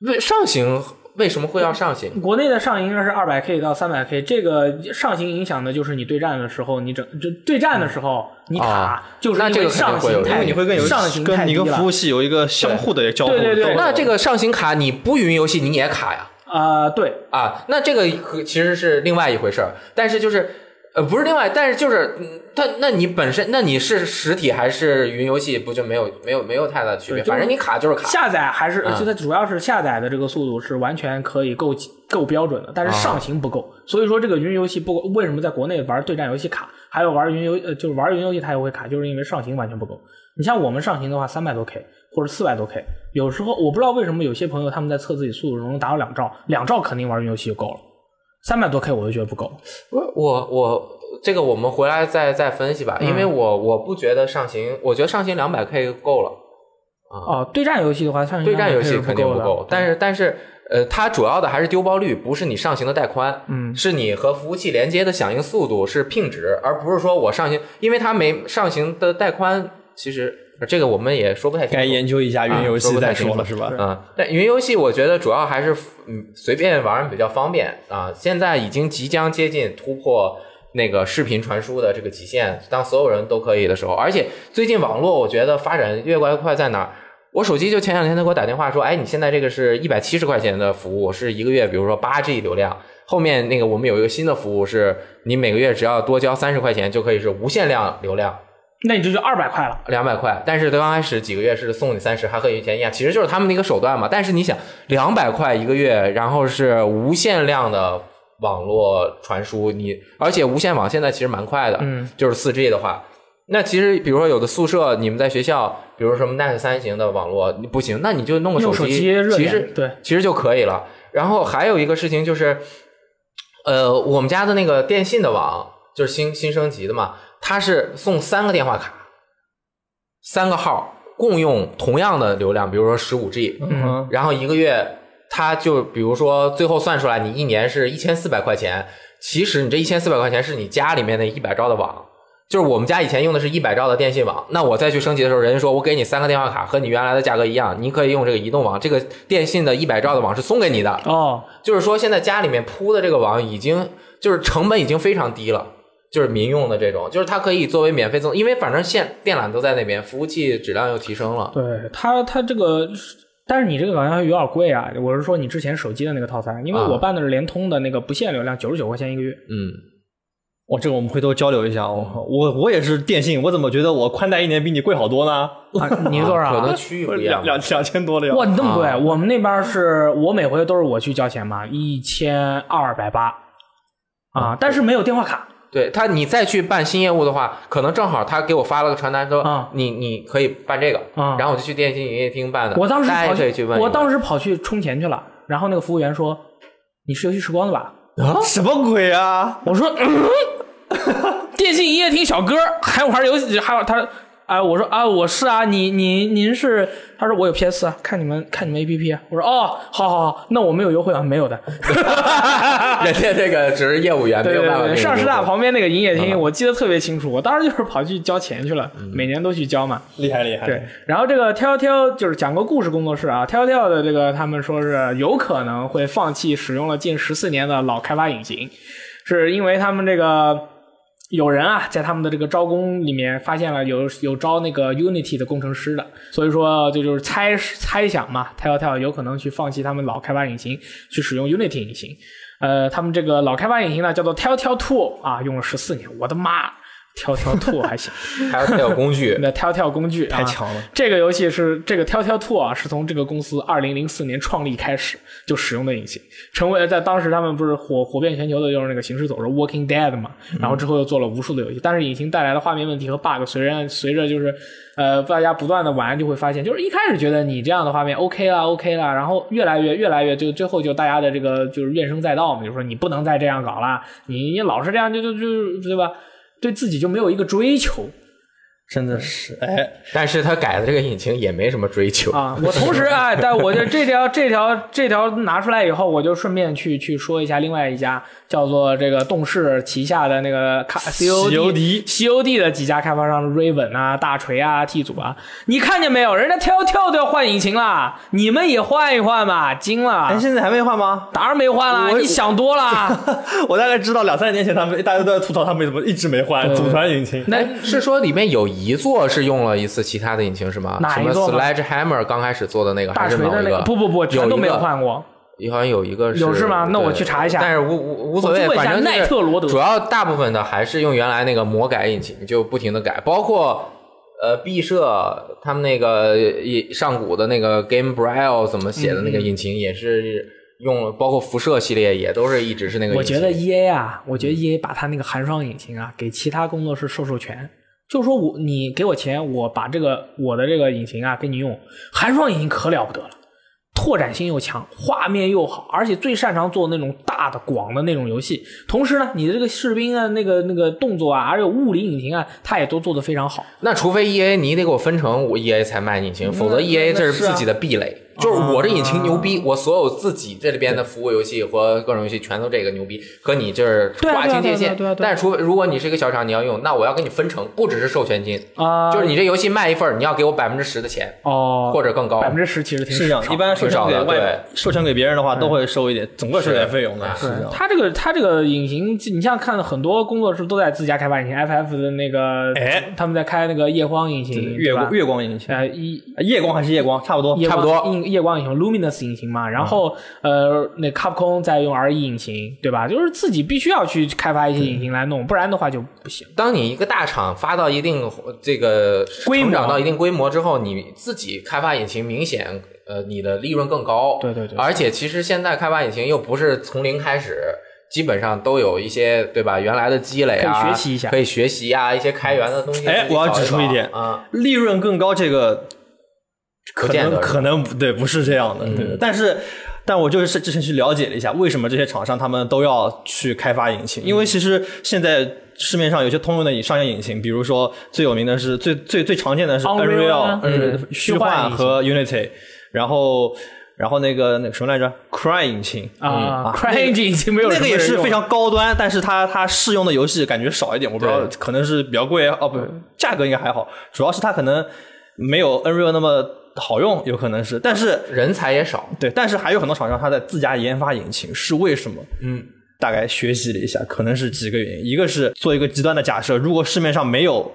为上行为什么会要上行？国内的上行应该是二百 K 到三百 K，这个上行影响的就是你对战的时候，你整这对战的时候你卡啊，就是那因这为个肯上定会有行太因为你会更有上行太跟你低跟了服务器有一个相互的交互。对对对都对那这个上行卡你不云游戏你也卡呀？啊、对，啊，那这个和其实是另外一回事儿，但是就是。呃，不是另外，但是就是，嗯它那你本身，那你是实体还是云游戏，不就没有没有没有太大的区别？对就是反正你卡就是卡，下载还是嗯就它主要是下载的这个速度是完全可以够够标准的，但是啊上行不够，所以说这个云游戏不为什么在国内玩对战游戏卡，还有玩云游呃就是玩云游戏它也会卡，就是因为上行完全不够。你像我们上行的话，三百多 K 或者四百多 K，有时候我不知道为什么有些朋友他们在测自己速度时候能达到两兆，两兆肯定玩云游戏就够了，三百多 K 我就觉得不够。我我我这个我们回来再再分析吧，因嗯为我我不觉得上行，我觉得上行两百 K 够了，哦、对战游戏的话，上行啊对战游200 K 戏是肯定不的够，但是但是呃，它主要的还是丢包率，不是你上行的带宽，嗯是你和服务器连接的响应速度是并值，而不是说我上行，因为它没上行的带宽，其实呃这个我们也说不太清该楚。研究一下云游啊说戏不再太清说了，楚是吧？嗯，但云游戏我觉得主要还是嗯随便玩比较方便啊。现在已经即将接近突破那个视频传输的这个极限，当所有人都可以的时候，而且最近网络我觉得发展越来越快，在哪儿？我手机就前两天他给我打电话说，哎，你现在这个是一百七十块钱的服务，是一个月，比如说八 G 流量。后面那个我们有一个新的服务是，你每个月只要多交三十块钱就可以是无限量流量。那你这就二百块了。两百块，但是刚开始几个月是送你三十，还和以前一样，其实就是他们的一个手段嘛。但是你想，两百块一个月，然后是无限量的网络传输，你而且无线网现在其实蛮快的，嗯，就是四 G 的话，那其实比如说有的宿舍你们在学校，比如说什么 Net 三型的网络你不行，那你就弄个用手手机热其点实对其实就可以了。然后还有一个事情就是，呃，我们家的那个电信的网就是新新升级的嘛，它是送三个电话卡，三个号共用同样的流量，比如说十五 G，嗯，然后一个月它就比如说最后算出来你一年是一千四百块钱，其实你这一千四百块钱是你家里面的一百兆的网。就是我们家以前用的是一百兆的电信网，那我再去升级的时候，人家说我给你三个电话卡，和你原来的价格一样，你可以用这个移动网，这个电信的一百兆的网是送给你的，哦，就是说现在家里面铺的这个网已经就是成本已经非常低了。就是民用的这种，就是它可以作为免费赠，因为反正线电缆都在那边，服务器质量又提升了。对它，它这个，但是你这个好像有点贵啊。我是说你之前手机的那个套餐，因为啊我办的是联通的那个不限流量，九十九块钱一 个月。嗯，我哦这个我们回头交流一下。我我我也是电信，我怎么觉得我宽带一年比你贵好多呢？啊，你多可少？能区域不一两样吧。两两千多了呀。哇，你这么贵！啊我们那边是我每回都是我去交钱嘛，一千二百八啊，但是没有电话卡。对他，你再去办新业务的话，可能正好他给我发了个传单说，啊你你可以办这个，啊然后我就去电信营业厅办的。我当时大家跑也可以去去，问一问，我当时跑去充钱去了，然后那个服务员说：“你是游戏时光的吧？”啊什么鬼啊？ 我说，嗯、电信营业厅小哥还玩游戏，还有他啊，我说啊，我是啊，你你您是？他说我有 PS 啊，看你们看你们 APP 啊。我说哦，好好好，那我们有优惠啊，没有 的。人家这个只是业务员，没对有对 办法给对，你上师大入会旁边那个营业厅，我记得特别清楚，我当时就是跑去交钱去了，嗯每年都去交嘛。厉害厉害。对，，然后这个跳跳就是讲个故事工作室啊，跳跳的这个他们说是有可能会放弃使用了近十四年的老开发引擎，是因为他们这个有人啊在他们的这个招工里面发现了有有招那个 Unity 的工程师的，所以说这就是猜猜想嘛，跳跳有可能去放弃他们老开发引擎，去使用 Unity 引擎。呃，他们这个老开发引擎呢叫做 Telltale Two 啊，用了十四年，我的妈，Telltale Two 还行， 还是得有工具。那 Telltale 工具啊太强了。这个游戏是这个 Telltale Two 啊，是从这个公司二零零四年创立开始就使用的引擎，成为了在当时他们不是火火遍全球的就是那个《行尸走肉》（Walking Dead） 嘛，然后之后又做了无数的游戏，但是引擎带来的画面问题和 bug，随着随着就是呃大家不断的玩就会发现，就是一开始觉得你这样的画面 OK 啦 OK 啦，然后越来越越来越就最后就大家的这个就是怨声载道嘛，就说你不能再这样搞啦，你你老是这样就就就对吧？对自己就没有一个追求，真的是，哎，但是他改的这个引擎也没什么追求，啊，我同时哎，但我就这条这条这条拿出来以后，我就顺便去去说一下另外一家叫做这个动视旗下的那个卡 COD COD COD 的几家开发商，Raven 啊、大锤啊、T 组啊，你看见没有？人家跳跳都要换引擎啦，你们也换一换吧，惊哎，了。现在还没换吗？当然没换啦，我你想多 啦。 我大概知道两三年前他们大家都在吐槽他们怎么一直没换组团引擎。那哎是说里面有一座是用了一次其他的引擎是吗？哪什一么座吗 Sledgehammer 刚开始做的那个，大还是锤的某一那个个？不不不，全都没有有一个换过。好像有一个是有是吗那我去查一下对但是无无无所谓，我去问一下反正就是奈特罗德主要大部分的还是用原来那个魔改引擎，就不停的改，包括。呃，毕设他们那个呃上古的那个 Game Braille 怎么写的那嗯个引擎也是用了，包括辐射系列也都是一直是那个引我擎。觉得 E A 啊，我嗯觉得 E A 把他那个寒霜引擎啊，给其他工作室授授权，就说我你给我钱，我把这个我的这个引擎啊给你用。寒霜引擎可了不得了，拓展性又强，画面又好，而且最擅长做那种大的广的那种游戏。同时呢，你的这个士兵啊，那个那个动作啊，还有物理引擎啊，它也都做得非常好。那除非 E A 你得给我分成，我 E A 才卖引擎，否则 E A 这是啊自己的壁垒。就是我这引擎牛逼，我所有自己这里边的服务游戏和各种游戏全都这个牛逼，和你这儿对啊划清界对啊对啊限对啊对啊。但是除非如果你是一个小厂，你要用，那我要给你分成，不只是授权金，啊就是你这游戏卖一份儿，你要给我百分之十的钱哦，或者更高百。分之十其实挺是这样，少一般授权给挺少的外授权给别人的话，都会收一点，总归收点费用的，是是这样。他这个他这个隐形，你像看很多工作室都在自家开发隐形，FF 的那个，哎他们在开那个夜光隐形，月光月月光引擎，呃一。啊夜光还是夜光，差不多。嗯夜差不光多隐夜光引擎 Luminous 引擎嘛，然后、呃，那 Capcom 在用 RE 引擎，对吧？就是自己必须要去开发一些引擎来弄，不然的话就不行。当你一个大厂发到一定这个规模成长到一定规模之后，你自己开发引擎明显呃你的利润更哦高。对啊对对而且其实现在开发引擎又不是从零开始，基本上都有一些对吧原来的积累啊，可以学习一下可以学习啊，一些开源的东西。哎自己搞我要指出搞一点啊，利润更高，这个可可见能得嗯可能不对，不是这样的。对，但是但我就是之前去了解了一下，为什么这些厂商他们都要去开发引擎？因嗯为其实现在市面上有些通用的商业引擎，比如说最有名的是最最最常见的是 Unreal 啊 Unreal，呃嗯，虚虚幻幻引擎和 Unity，然后然后那个那个什么来着，Cry 引擎啊 c r y 引擎没有嗯那个也什么是人用啊非常高端，但是它它适用的游戏感觉少一点，我不知道对，可能是比较贵哦，不，价格应该还好，主要是它可能没有 Unreal 那么好用，有可能是，但是人才也少。对，但是还有很多厂商他在自家研发引擎，是为什么？嗯，大概学习了一下，可能是几个原因，一个是做一个极端的假设，如果市面上没有。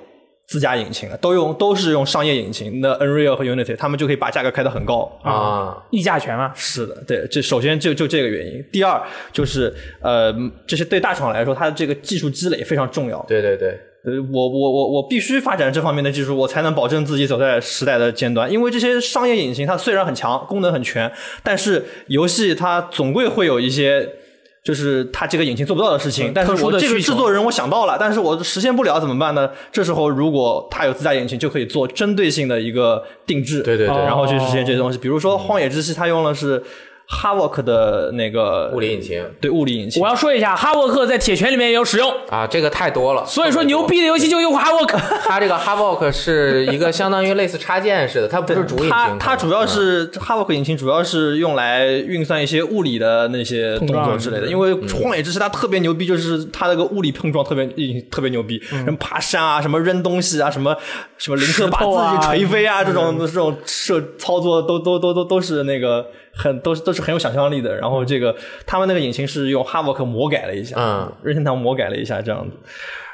自家引擎了，都用都是用商业引擎，那 Unreal 和 Unity 他们就可以把价格开得很高啊，议价权嘛，是的，对，这首先就就这个原因。第二就是呃，这些对大厂来说，它的这个技术积累非常重要。对对对，呃，我我我我必须发展这方面的技术，我才能保证自己走在时代的尖端。因为这些商业引擎它虽然很强，功能很全，但是游戏它总归会有一些。就是它这个引擎做不到的事情，但是特殊我的这个需求制作人我想到了，但是我实现不了怎么办呢？这时候如果它有自家引擎，就可以做针对性的一个定制，对对对哦哦然后去实现这些东西。比如说《荒野之息》，它用的是哈沃克的那个物理引擎对物理引擎我。要说一下，哈沃克在铁拳里面也有使用，啊，这个太多了。所以说牛逼的游戏就用哈沃克。它这个 Havok 是一个相当于类似插件似的，它不是主引擎可它能，嗯它主要是哈沃克引擎，主要是用来运算一些物理的那些动作之类的。因为嗯荒野之息它特别牛逼，就是它那个物理碰撞特别特别牛逼，什么爬山啊，什么扔东西啊，什么什么林克把石头啊自己锤飞啊，这种这种设操作都都都都都是那个很都是都是很有想象力的。然后这个他们那个引擎是用哈沃克魔改了一下，嗯，任天堂魔改了一下这样子。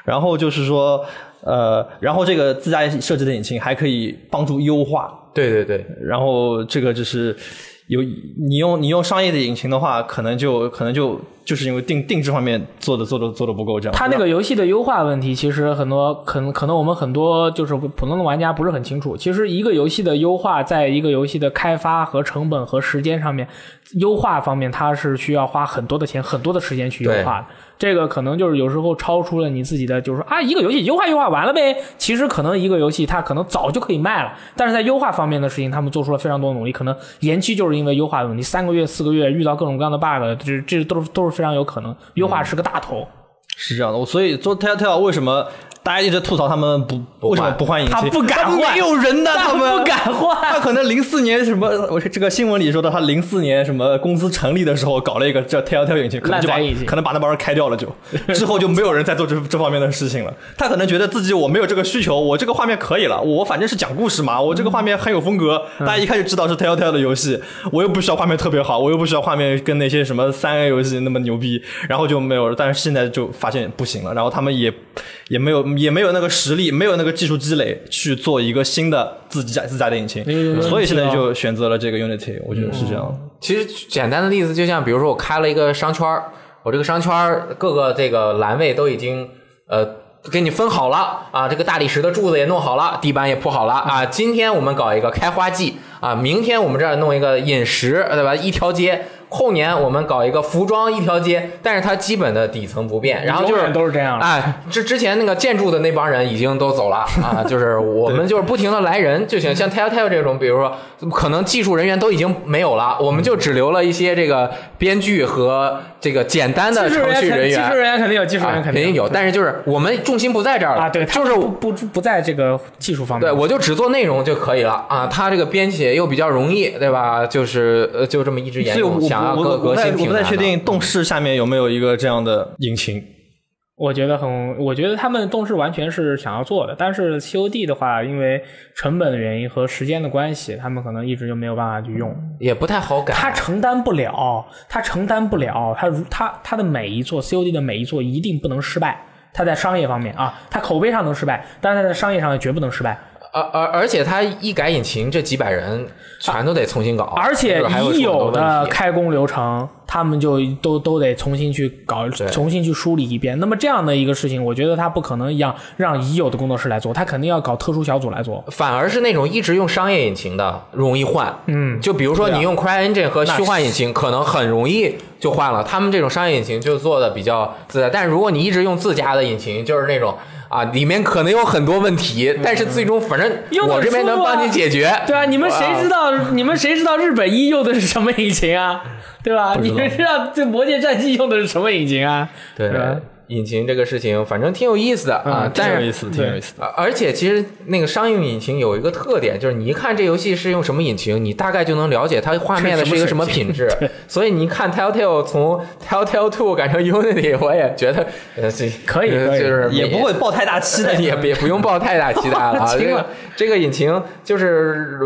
然后就是说，呃，然后这个自家设计的引擎还可以帮助优化，对对对，然后这个就是有你用你用商业的引擎的话，可能就可能就就是因为定定制方面做的做的做的不够这样。它那个游戏的优化问题，其实很多可能可能我们很多就是普通的玩家不是很清楚。其实一个游戏的优化，在一个游戏的开发和成本和时间上面，优化方面它是需要花很多的钱、很多的时间去优化的。这个可能就是有时候超出了你自己的，就是说啊，一个游戏优化优化完了呗。其实可能一个游戏它可能早就可以卖了，但是在优化方面的事情，他们做出了非常多的努力，可能延期就是因为优化的问题，三个月、四个月遇到各种各样的 bug，这这都是都是非常有可能。优化是个大头。是这样的，我所以做 Telltale 为什么大家一直吐槽他们不不换为什么不换引擎？他不敢他们换没有人的他他们们不敢换他可能零四年什么，我这个新闻里说的，他零四年什么公司成立的时候搞了一个叫 Telltale 引擎，可能就把烂仔引擎可能把那帮人开掉了就， 之后就没有人再做这这方面的事情了。他可能觉得自己我没有这个需求，我这个画面可以了，我反正是讲故事嘛，我这个画面很有风格，嗯大家一看就知道是 Telltale 的游戏，我又不需要画面特别好，我又不需要画面跟那些什么三 A 游戏那么牛逼，然后就没有了。但是现在就发现不行了，然后他们也也没有也没有那个实力，没有那个技术积累去做一个新的自己家自家的引擎，嗯所以现在就选择了这个 Unity，我觉得是这样。其实简单的例子，就像比如说我开了一个商圈儿，我这个商圈儿各个这个栏位都已经呃给你分好了啊，这个大理石的柱子也弄好了，地板也铺好了啊。今天我们搞一个开花季啊，明天我们这儿弄一个饮食，对吧？一条街。后年我们搞一个服装一条街，但是它基本的底层不变，然后就永是远都是这样的哎，之之前那个建筑的那帮人已经都走了 啊，就是我们就是不停的来人嗯就行。像 Telltale 这种，比如说可能技术人员都已经没有了，我们就只留了一些这个编剧和这个简单的技术程序人人员肯技术员。人员肯定有，技术人啊员，肯肯定定有，但是就是我们重心不在这儿了啊，对，他就们是不不不不在这个技术方面。对，我就只做内容就可以了啊。它这个编写又比较容易，对吧？就是呃，就这么一直沿所以我用，想要我革我不革太新啊我挺不难太的确定动视下面有没有一个这样的引擎。我觉得很，我觉得他们动视完全是想要做的，但是 COD 的话，因为成本的原因和时间的关系，他们可能一直就没有办法去用。也不太好改。他承担不了，他承担不了，他如他他的每一座 COD 的每一座一定不能失败。他在商业方面啊，他口碑上能失败，但是他在商业上也绝不能失败。而而而且他一改引擎，这几百人全都得重新搞，啊而且这个还已出有很多的问题。开工流程，他们就都都得重新去搞，重新去梳理一遍。那么这样的一个事情，我觉得他不可能让让已有的工作室来做，他肯定要搞特殊小组来做。反而是那种一直用商业引擎的容易换，嗯，就比如啊说你用 CryEngine 和虚幻引擎，可能很容易就换了。他们这种商业引擎就做的比较自在，但如果你一直用自家的引擎，就是那种啊，里面可能有很多问题，但是最终反正用得我这边能舒服啊帮你解决。对啊，你们哦谁知道？你们谁知道日本一用的是什么引擎啊？对吧？你们知道这《魔界战记》用的是什么引擎啊？对是吧，引擎这个事情反正挺有意思的嗯啊，挺但有是意思的，挺有意思的。啊，而且其实那个商用引擎有一个特点，就是你一看这游戏是用什么引擎，你大概就能了解它画面的是一个什么品质。所以你看 Telltale 从 Telltale Two 改成 Unity，我也觉得呃，这可以呃可以就是也不会抱太大期待， 也也不用抱太大期待了啊。这行个了这个引擎就是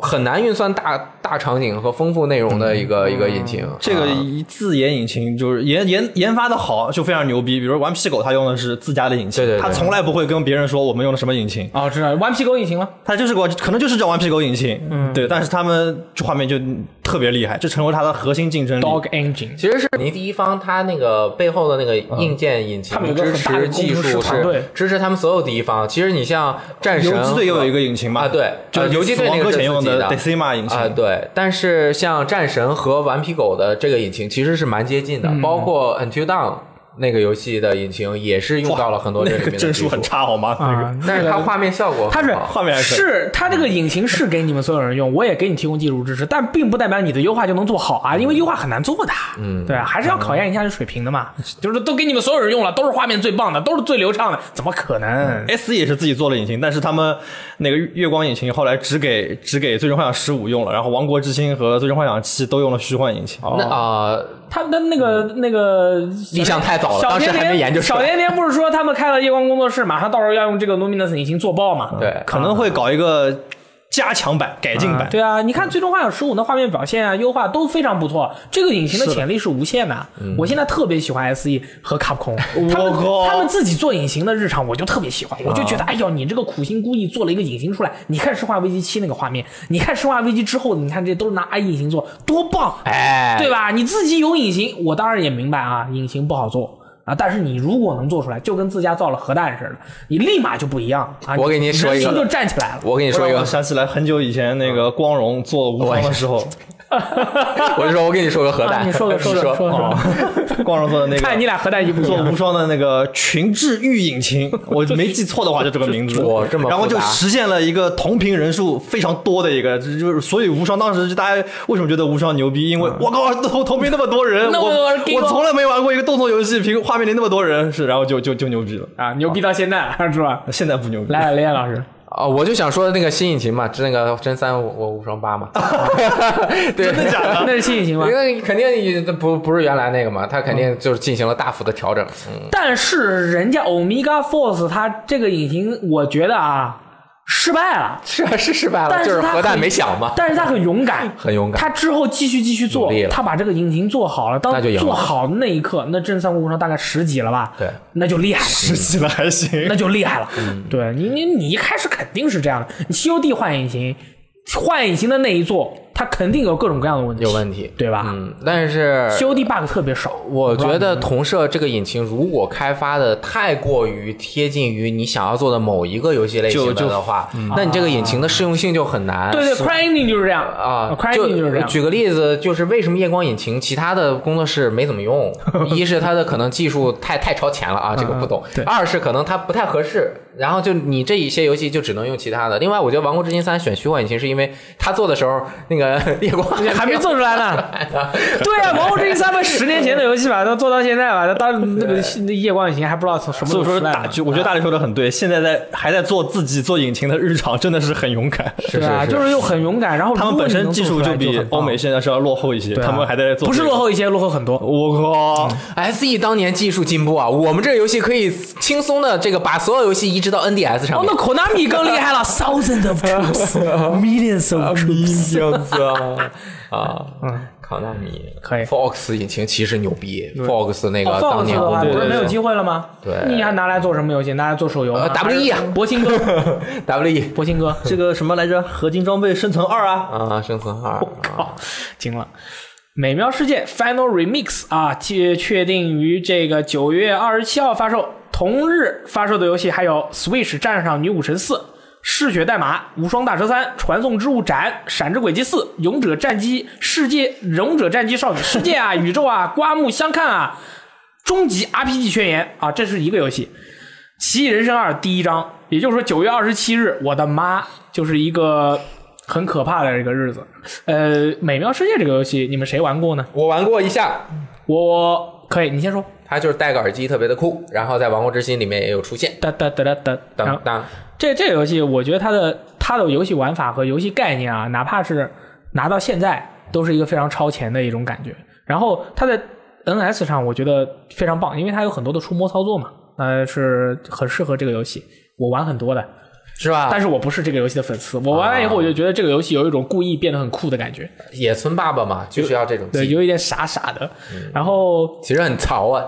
很难运算大大场景和丰富内容的一个、一个引擎。这个啊一自研引擎就是研研研发的好就非常牛逼，比如顽皮狗它用的是自家的引擎，对对对它从来不会跟别人说我们用的什么引擎，哦，知道顽皮狗引擎了。它就是个可能就是叫顽皮狗引擎，嗯，对，但是他们这画面就特别厉害，这成为它的核心竞嗯争力。 Dog Engine，其实是你第一方，它那个背后的那个硬件引擎嗯他们有个支很大的持技工程术师团队是支持他们所有第一方。其实你像战神游击队又有一个引擎嘛，啊，对，就呃游击队死那亡个搁是浅用自己 Decima 引啊，擎，对。但嗯是像战神和顽皮狗的这个引擎其实是蛮接近的，包括 Until Dawn。那个游戏的引擎也是用到了很多这那里个面 的帧技术数很，差好吗？那个啊，但是它画哦面效果它是很好画面还可以是它这嗯个引擎是给你们所有人用，我也给你提供技术支持，但并不代表你的优化就能做好啊，因为优化很难做的。嗯，对啊，还是要考验一下这水平的嗯嘛。 就是都给你们所有人用了，都是画面最棒的，都是最流畅的，怎么可嗯能？ S 也是自己做的引擎，但是他们那个月光引擎后来只给只给《最终幻想十五》用了，然后《王国之心》和《最终幻想七》都用了虚幻引擎。那啊， 他们的那个那个立项嗯太早了，小当时甜还没研究甜，出小来。甜甜不是说他们开了夜光工作室，马上到时候要用这个 Luminous 引擎做爆嘛？对对，可能会搞一个加强版、改进版。对啊，你看《最终幻想十五》的画面表现啊、优化都非常不错，这个引擎的潜力是无限的。嗯我现在特别喜欢 SE 和卡普空，他们靠他们自己做引擎的日常，我就特别喜欢，我就觉啊得，哎呦，你这个苦心孤诣做了一个引擎出来，你看《生化危机七》那个画面，你看《生化危机》之后，你看这都是拿 i 引擎做，多棒！哎，对吧？你自己有引擎，我当然也明白啊，引擎不好做啊。但是你如果能做出来，就跟自家造了核弹似的，你立马就不一样啊！我给你说一个人心就站起来了。我跟你你说一个我，想起来很久以前那个光荣做无双的时候， 我就说我跟你说个核啊，弹，你说 你个说个说个说哦个，光荣做的那 看你个俩核弹一不一做样无双的那个群治愈引 擎，我没记错的话就这个名字。哇这么复杂然后就实现了一个同屏人数非常多的一个，就是所以无双当时就大家为什么觉得无双牛逼？因为我靠，同同屏那么多人，那我我玩 Game 我 Boy 从来没玩过一个动作游戏屏画面里那么多人，是然后就就就牛逼了。啊！牛逼到现在是吧？现在不牛 逼，来，雷燕老师，啊，我就想说那个新引擎嘛，就那个真三我我无双八嘛， 对，真的假的？那是新引擎吗因？为肯定不不是原来那个嘛，它肯定就是进行了大幅的调整。嗯，但是人家 Omega Force 它这个引擎，我觉得啊失败了，是啊是失败了，但就是是它核弹很没响嘛，但是他很勇 敢，很勇敢。他之后继续继续做努力，了他把这个引擎做好了，当那就赢了做好那一刻，那真三国无双大概十级了吧？对，那就厉害了。实习了还行那。就厉害了，嗯对你你你一开始肯定是这样的，你 COD 换引擎，换引擎的那一座，它肯定有各种各样的问题，有问题对吧、嗯，但是 c o d bug 特别少，我觉得同社这个引擎如果开发的太过于贴近于你想要做的某一个游戏类型就的就的话，那你这个引擎的适用性就很难。对对 c r y e n g 就是这样啊， c r y e n g 就是这样，举个例子，就是为什么夜光引擎其他的工作室没怎么 用？一是它的可能技术太太超前了啊，这个不懂嗯对；二是可能它不太合适，然后就你这一些游戏就只能用其他的。另外，我觉得《王国之心三》选虚幻引擎是因为它做的时候那个 夜光还没做出来呢。对啊，《王国之心三》不是十年前的游戏吧？都做到现在吧？那当那个那夜光引擎还不知道从什么时所以候说出来打呢。就我觉得大力说的很对，现在在还在做自己做引擎的日常，真的是很勇敢。是对啊，是就是又很勇敢，然后他们如果本你身能技做出术来就比很棒欧美现在是要落后一些，对啊他们还在做。不是落，后一些，落后很多。我靠！ S E 当年技术进步啊，我们这游戏可以轻松的这个把所有游戏移植到 N D S 上哦，面那。Konami 更厉害了，thousands of troops, millions of troops。样子啊啊，康纳米嗯可以 Fox 引擎其实牛逼，Fox 那个哦啊当，Fox 年的话工不作是没有的机会了吗？对你还拿来做什么游戏？拿来做手游吗呃，WE 啊博兴哥， W E 博兴哥， 这个什么来着？合金装备生成二啊，啊，生存二哦， 惊了。美妙世界 Final Remix 啊，确确定于这个九月二十七号发售。同日发售的游戏还有 Switch 站上女武神四、嗜血代码、无双大蛇三、传送之物斩、闪之轨迹四、勇者战机世界、勇者战机少女世界啊、宇宙啊、刮目相看啊、终极 RPG 宣言啊，这是一个游戏。《奇异人生二》第一章，也就是说九月二十七日，我的妈，就是一个很可怕的一个日子。呃，《美妙世界》这个游戏，你们谁玩过呢？我玩过一下，我可以，你先说。它就是戴个耳机特别的酷，然后在《王国之心》里面也有出现。哒哒哒哒哒。然当后当，这这个游戏，我觉得它的它的游戏玩法和游戏概念啊，哪怕是拿到现在，都是一个非常超前的一种感觉。然后它在 NS 上，我觉得非常棒，因为它有很多的触摸操作嘛，呃，是很适合这个游戏。我玩很多的，是吧？但是我不是这个游戏的粉丝，我玩完以后我就觉得这个游戏有一种故意变得很酷的感觉，野村爸爸嘛，就是要这种对，技，有一点傻傻的，然后其实很潮啊。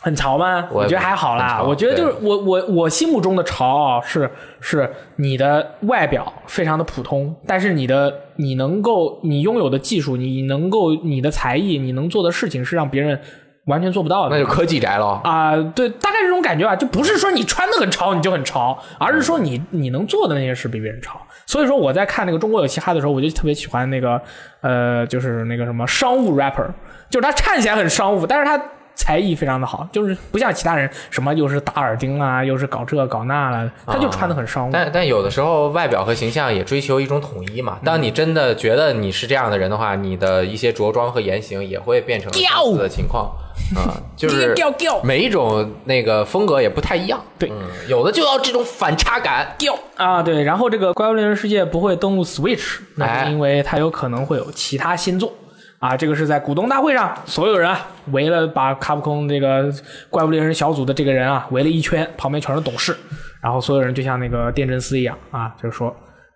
很潮吗？嗯我我觉得还好很啦，潮我觉得就是对我我我心目中的潮啊，是是你的外表非常的普通，但是你的你能够你拥有的技术，你能够你的才艺，你能做的事情是让别人完全做不到的那。就科技宅了。啊、对，大概这种感觉吧，就不是说你穿的很潮你就很潮，而是说你你能做的那些事比别人潮。所以说我在看那个《中国有嘻哈》的时候，我就特别喜欢那个呃，就是那个什么商务 rapper，就是他看起来很商务，但是他才艺非常的好，就是不像其他人什么又是打耳钉啊，又是搞这搞那了，他就穿的很商务。但但有的时候外表和形象也追求一种统一嗯嘛。当你真的觉得你是这样的人的话，你的一些着装和言行也会变成掉相似的情 况啊、就是掉掉每一种那个风格也不太一样。对嗯，有的就要这种反差感。掉啊，对，然后这个《怪物猎人世界》不会登陆 Switch，那哎是因为它有可能会有其他新作。啊，这个是在股东大会上，所有人啊围了把卡普空这个怪物猎人小组的这个人啊围了一圈，旁边全是董事，然后所有人就像那个电真司一样啊，就是说，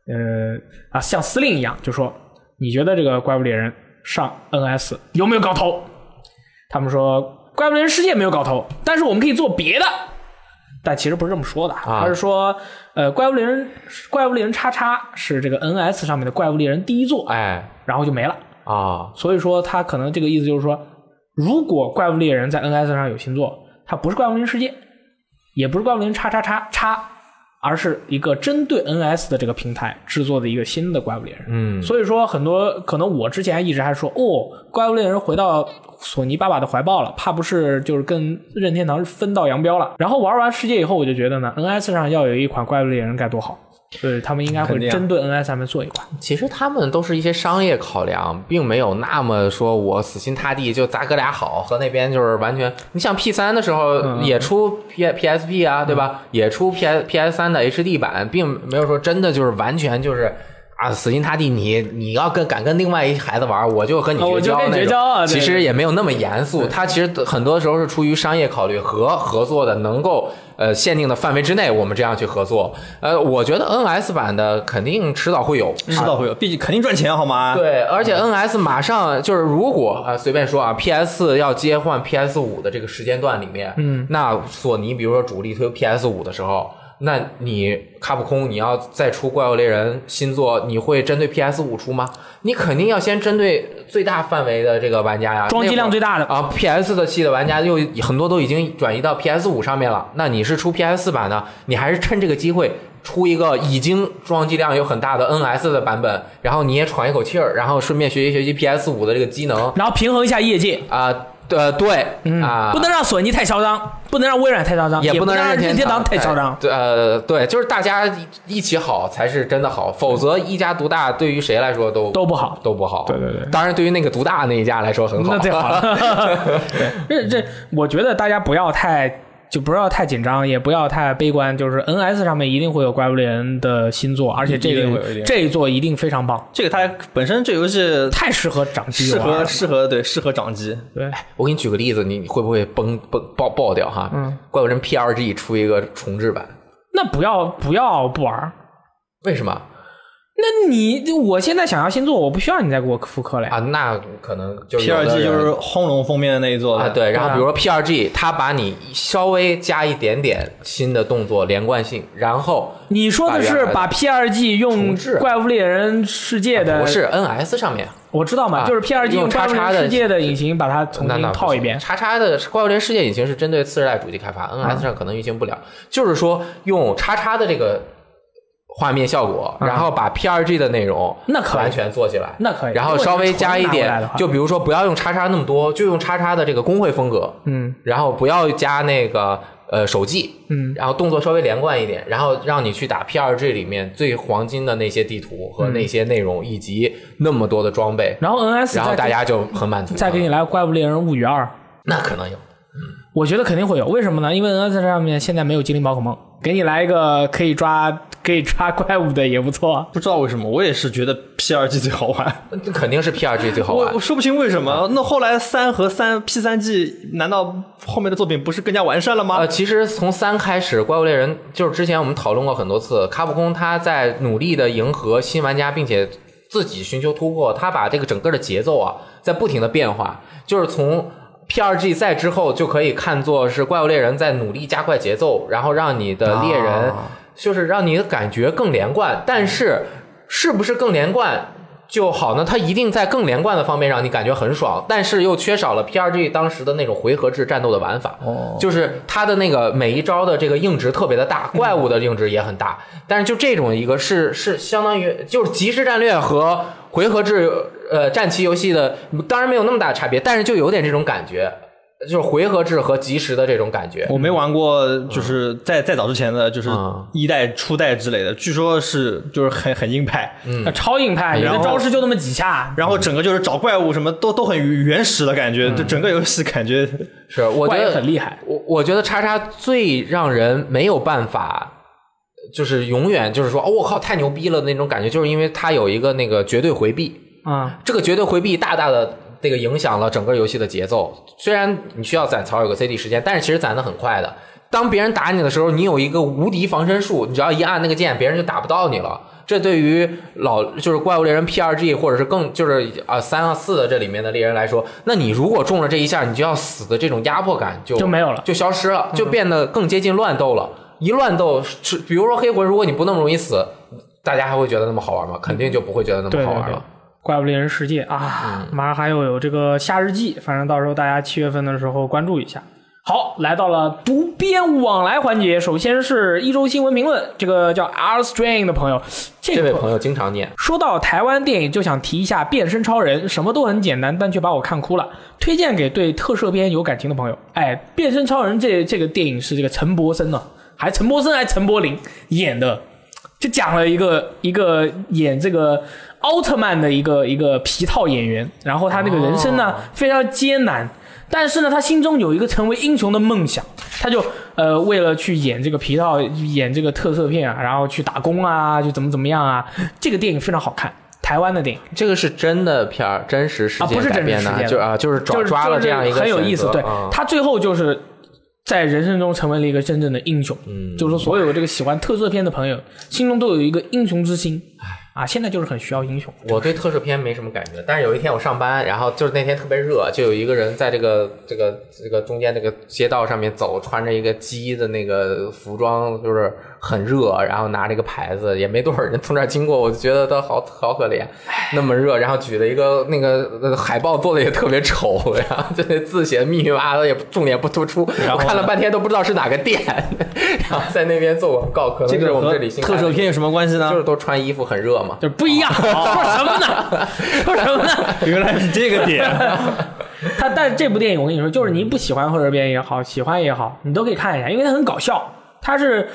呃啊像司令一样，就说你觉得这个怪物猎人上 NS 有没有搞头？他们说怪物猎人世界没有搞头，但是我们可以做别的。但其实不是这么说的，啊他是说，呃，怪物猎人怪物猎人叉叉是这个 NS 上面的怪物猎人第一作，哎然后就没了。啊、所以说他可能这个意思就是说，如果怪物猎人在 NS 上有新作，它不是怪物猎人世界，也不是怪物猎人叉叉叉叉，而是一个针对 NS 的这个平台制作的一个新的怪物猎人。嗯所以说很多可能我之前一直还说，哦，怪物猎人回到索尼爸爸的怀抱了，怕不是就是跟任天堂分道扬镳了。然后玩完世界以后，我就觉得呢，NS 上要有一款怪物猎人该多好。对他们应该肯会定啊针对 NS 上面做一款，其实他们都是一些商业考量，并没有那么说我死心塌地就咱哥俩好，和那边就是完全。你想 P 三的时嗯候也出 P P S P 啊，对吧？也出 P S P S 三的 H D 版，并没有说真的就是完全就是。啊，死心塌地！你你要跟敢跟另外一孩子玩，我就和你啊我绝就交跟那绝种。交啊对其实也没有那么严肃，它其实很多时候是出于商业考虑和合作的能够呃限定的范围之内，我们这样去合作。呃，我觉得 N S 版的肯定迟早会有，嗯迟早会有，毕竟肯定赚钱，好吗？对，而且 NS 马上就是，如果啊、呃随便说啊，PS 要接换 PS 五的这个时间段里面，嗯，那索尼比如说主力推 PS 五的时候，那你卡普空你要再出怪物猎人新作，你会针对 PS 五出吗？你肯定要先针对最大范围的这个玩家呀，装机量最大大的啊，PS 的系的玩家又很多都已经转移到 PS 五上面了，那你是出 PS 版呢？你还是趁这个机会出一个已经装机量有很大的 NS 的版本，然后你也喘一口气儿，然后顺便学习学习 PS 五的这个机能然后平衡一下业界。啊，呃，对啊，嗯不能让索尼太嚣张，不能让微软太嚣张，也也不能让让任天哎堂太嚣张。对，呃，对，就是大家一一起好才是真的好，否则一家独大对于谁来说都都不好都不好。对对对当然对于那个独大那一家来说很好， 那 最好了。对，这这，我觉得大家不要太。就不要太紧张，也不要太悲观。就是 N S 上面一定会有怪物猎人的新作，而且这一定会有一个定这一作一定非常棒，这个它本身这游戏太适合掌机啊适玩合了。适合对适合掌机，对，我给你举个例子，你你会不会崩崩爆爆掉哈？嗯，怪物人 P R G 出一个重置版，那不要不要不玩儿。为什么那你我现在想要新作，我不需要你再给我复刻了呀。啊？那可能就是 P 有的二 G 人就是轰龙封面的那一座啊，的，对。然后比如说 P R G，它把你稍微加一点点新的动作连贯性，然后你说的是把 P 二 G 用重置怪物猎人世界的不是 N S 上面。我知道嘛，啊就是 P 二 G 用怪物猎 X-X 的人世界的引擎把它重那新那套一遍。嗯叉叉的怪物猎人世界引擎是针对次世代主机开发，NS 上可能运行不了。就是说用叉叉的这个画面效果，然后把 PRG 的内容嗯那可以完全做起来，那可以然后稍微加一哎如果你重新拿回来点的话，就比如说不要用叉叉那么多，就用叉叉的这个工会风格，嗯，然后不要加那个呃手记，嗯，然后动作稍微连贯一点，然后让你去打 P 二 G 里面最黄金的那些地图和嗯那些内容，以及那么多的装备，然后 NS 然后再大给家就很满足了。再给你来《怪物猎人物语二》，那可能有，我觉得肯定会有。为什么呢？因为 NS 上面现在没有精灵宝可梦，给你来一个可以抓可以抓怪物的也不错。不知道为什么，我也是觉得 P 二 G 最好玩，那肯定是 P 二 G 最好我玩啊我。说不清为什么。那后来三和三 P 三 G，难道后面的作品不是更加完善了呃，吗？其实从三开始，《怪物猎人》就是之前我们讨论过很多次，卡普空他在努力的迎合新玩家，并且自己寻求突破。他把这个整个的节奏啊，在不停的变化，就是从 P 二 G 在之后就可以看作是《怪物猎人》在努力加快节奏，然后让你的猎人、啊就是让你的感觉更连贯。但是是不是更连贯就好呢？它一定在更连贯的方面让你感觉很爽，但是又缺少了 P R G 当时的那种回合制战斗的玩法。哦就是它的那个每一招的这个硬值特别的大，怪物的硬值也很大。但是就这种一个是是相当于就是即时战略和回合制呃战棋游戏的，当然没有那么大的差别，但是就有点这种感觉。就是回合制和即时的这种感觉。我没玩过，就是在再早之前的，就是嗯一代、初代之类的，据说是就是很很硬派，嗯超硬哎派，你的然后招式就那么几下，然后整个就是找怪物什么都都很原始的感觉，就整个游戏感觉是，我觉怪也得很厉害。我我觉得叉叉最让人没有办法，就是永远就是说，哦，我靠，太牛逼了那种感觉，就是因为它有一个那个绝对回避，啊，这个绝对回避大大的那个影响了整个游戏的节奏。虽然你需要攒槽有个 CD 时间，但是其实攒的很快的。当别人打你的时候，你有一个无敌防身术，你只要一按那个键，别人就打不到你了。这对于老就是怪物猎人 PRG 或者是更就是啊三啊四的这里面的猎人来说，那你如果中了这一下，你就要死的这种压迫感就就没有了嗯就消失了，就变得更接近乱斗了。一乱斗是，比如说黑魂，如果你不那么容易死，大家还会觉得那么好玩吗？肯定就不会觉得那对么好对玩对了。，嗯怪物猎人世界啊，马上还有有这个夏日祭，反正到时候大家七月份的时候关注一下。好，来到了读编往来环节，首先是一周新闻评论，这个叫 R Strain 的朋友，这这个位 朋友经常念，说到台湾电影，就想提一下《变身超人》，什么都很简单，但却把我看哭了。推荐给对特摄片有感情的朋友。哎，《变身超人这》这个电影是这个哎陈柏森呢、还陈柏森还陈柏霖演的，就讲了一个一个演这个奥特曼的一个一个皮套演员，然后他那个人生呢、哦非常艰难，但是呢，他心中有一个成为英雄的梦想，他就呃为了去演这个皮套，演这个特色片啊，然后去打工啊，就怎么怎么样啊，这个电影非常好看，台湾的电影。这个是真的片儿，真实事啊不件是改真实编事的，件就啊，就是抓就是抓了这样一个就是很有选意思。择对、啊他最后就是在人生中成为了一个真正的英雄，嗯就是说所有这个喜欢特摄片的朋友心中都有一个英雄之心。啊，现在就是很需要英雄。我对特摄片没什么感觉，但是有一天我上班，然后就是那天特别热，就有一个人在这个这个这个中间这个街道上面走，穿着一个鸡的那个服装，就是很热，然后拿着一个牌子，也没多少人从这儿经过，我就觉得他好好可怜，那么热，然后举了一个那个呃海报做的也特别丑，然后这字写的密密麻麻的，也不重点不突出，然后我看了半天都不知道是哪个店， 然后在那边做广告，可能是我们和这里新开特的摄片有什么关系呢就？是都穿衣服很热嘛。就不一样，哦说什么 呢？说什么呢？原来是这个点，他但是这部电影我跟你说，就是你不喜欢贺岁片也好，喜欢也好，你都可以看一下，因为它很搞笑。它是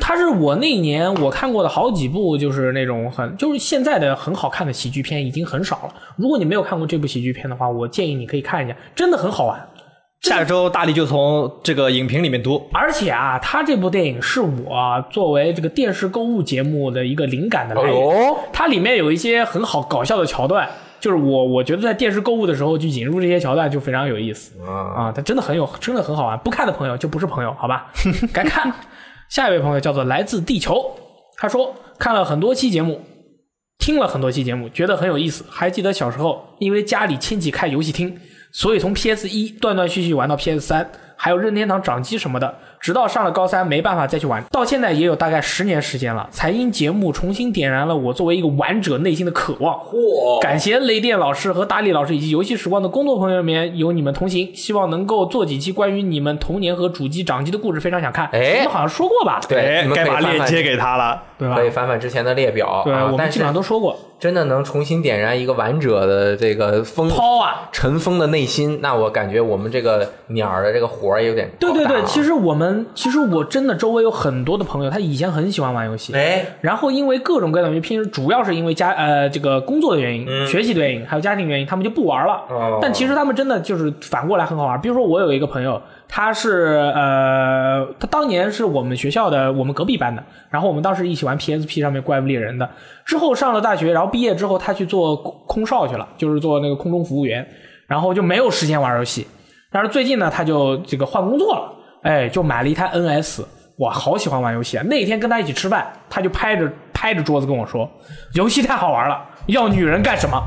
它是我那年我看过的好几部，就是那种很就是现在的很好看的喜剧片已经很少了。如果你没有看过这部喜剧片的话，我建议你可以看一下，真的很好玩。下周大力就从这个影评里面读。而且啊，他这部电影是我作为这个电视购物节目的一个灵感哎的来源。哦，它里面有一些很好搞笑的桥段，就是我我觉得在电视购物的时候就引入这些桥段就非常有意思啊，它真的很有，真的很好玩。不看的朋友就不是朋友，好吧？该看。下一位朋友叫做来自地球，他说看了很多期节目，听了很多期节目，觉得很有意思。还记得小时候，因为家里亲戚开游戏厅，所以从 PS 一断断续续玩到 PS 三，还有任天堂掌机什么的，直到上了高三没办法再去玩，到现在也有大概十年时间了，才因节目重新点燃了我作为一个玩者内心的渴望。感谢雷电老师和大力老师以及游戏时光的工作朋友里面有你们同行，希望能够做几期关于你们童年和主机、掌机的故事，非常想看。哎你们好像啊说过吧？对，哎你们可该以把翻翻链接给他了。对吧？可以翻翻之前的列表，对，啊我们但基是本上都说过。真的能重新点燃一个玩者的这个风抛啊！尘封的内心，那我感觉我们这个鸟儿的这个活儿也有点对对搞大对，了其实我们其实我真的周围有很多的朋友，他以前很喜欢玩游戏，哎，然后因为各种各样的原因，平时主要是因为家呃这个工作的原因、学习的原因，还有家庭原因，他们就不玩了。哦但其实他们真的就是反过来很好玩。比如说我有一个朋友，他是呃他当年是我们学校的我们隔壁班的，然后我们当时一起玩 PSP 上面怪物猎人的。之后上了大学，然后毕业之后他去做空空少去了，就是做那个空中服务员，然后就没有时间玩游戏。但是最近呢，他就这个换工作了，哎，就买了一台 NS。哇，好喜欢玩游戏啊！那天跟他一起吃饭，他就拍着拍着桌子跟我说：“游戏太好玩了，要女人干什么？”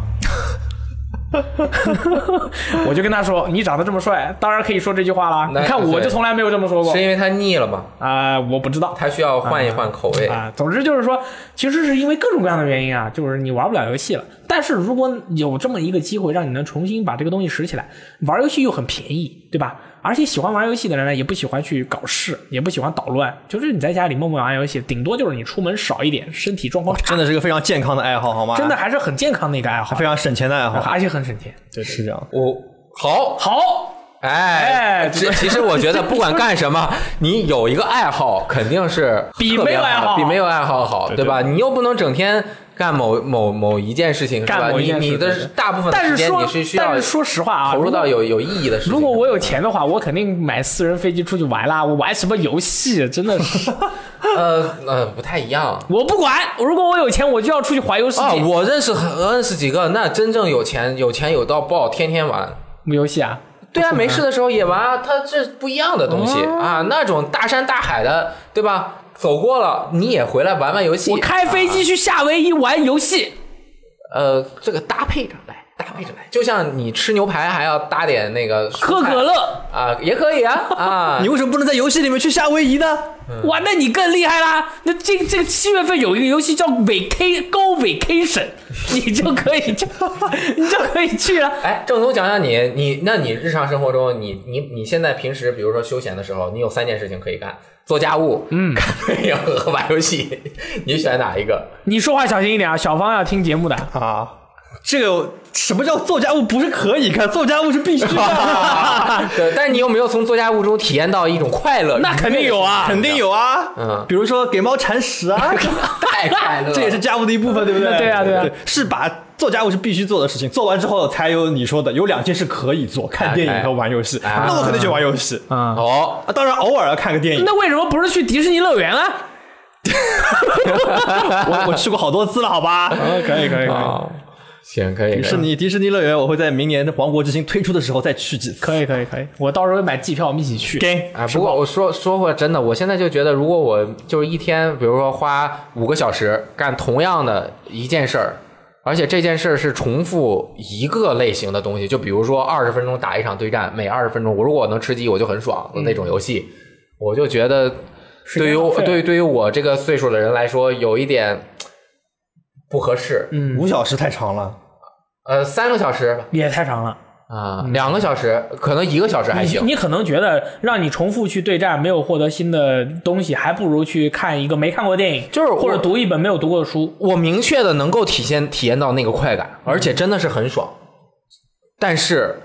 我就跟他说：“你长得这么帅，当然可以说这句话啦。那你看，我对就从来没有这么说过是因为它腻了嘛，啊、我不知道它需要换一换口味。啊、总之就是说，其实是因为各种各样的原因啊，就是你玩不了游戏了。但是如果有这么一个机会，让你能重新把这个东西拾起来，玩游戏又很便宜，对吧？而且喜欢玩游戏的人呢，也不喜欢去搞事，也不喜欢捣乱，就是你在家里默默玩游戏，顶多就是你出门少一点，身体状况哦差，真的是个非常健康的爱好，好吗？ 真的还是很健康的一个爱好非，常省钱的爱好，而且很省钱。是这样。我好，好，哎哎，其其实我觉得不管干什 么，你有一个爱好肯定是比特别没有爱好好比没有爱好好，对对吧？你又不能整天干某某某一件事情，是干吧？某一你件你事的对对大部分但的时是间说你是需，但要是说实话啊，投入如到果有有意义的事情。如果我有钱的话，我肯定买私人飞机出去玩啦。我玩什么游戏，啊真的是呃呃不太一样，我不管。如果我有钱，我就要出去环游世啊，界。我认识很认识几个，那真正有钱，有钱有到爆，天天玩。什么游戏啊？对啊，没事的时候也玩啊，它这不一样的东西、啊，那种大山大海的，对吧？走过了，你也回来玩玩游戏。我开飞机去夏威夷玩游戏。呃，这个搭配着来，搭配着来，就像你吃牛排还要搭点那个喝蔬菜可乐，啊，也可以 啊啊你。为什么不能在游戏里面去夏威夷呢？哇，那你更厉害啦！那这这个七月份有一个游戏叫 Vac 高 Vacation，你 就可以就 你就可以去了。哎，正宗讲讲你，你那你日常生活中，你你你现在平时，比如说休闲的时候，你有三件事情可以干：做家务、嗯，看电影和玩游戏， 你选哪一个？你说话小心一点啊，小芳要听节目的。啊，这个什么叫做家务不是可以干，做家务是必须 的， 对，但是你有没有从做家务中体验到一种快乐？那肯定有啊肯定有啊。嗯比如说给猫铲屎啊， 太快乐了，这也是家务的一部分，对不对？对啊对啊是把做家务是必须做的事情，做完之后才有你说的有两件事可以做，看电影和玩游戏。哎那我肯定去玩游戏啊，啊、哦，当然偶尔看个电影，那为什么不是去迪士尼乐园啊？我我去过好多次了，好吧？可以可以啊哦，行，可以，可以迪士尼迪士尼乐园，我会在明年的《王国之心》推出的时候再去几次。可以可以可以，我到时候买机票，我们一起去。给哎，不过我说说回来真的，我现在就觉得，如果我就是一天，比如说花五个小时干同样的一件事儿，而且这件事儿是重复一个类型的东西，就比如说二十分钟打一场对战，每二十分钟我如果能吃鸡，我就很爽的那种游戏，我就觉得对于我嗯浪费对对于我这个岁数的人来说，有一点不合适。嗯，五小时太长了，呃，三个小时吧也太长了。啊、嗯两个小时，可能一个小时还行。你你可能觉得让你重复去对战没有获得新的东西，还不如去看一个没看过的电影，就是我或者读一本没有读过的书。我明确的能够体现体验到那个快感，而且真的是很爽。但是，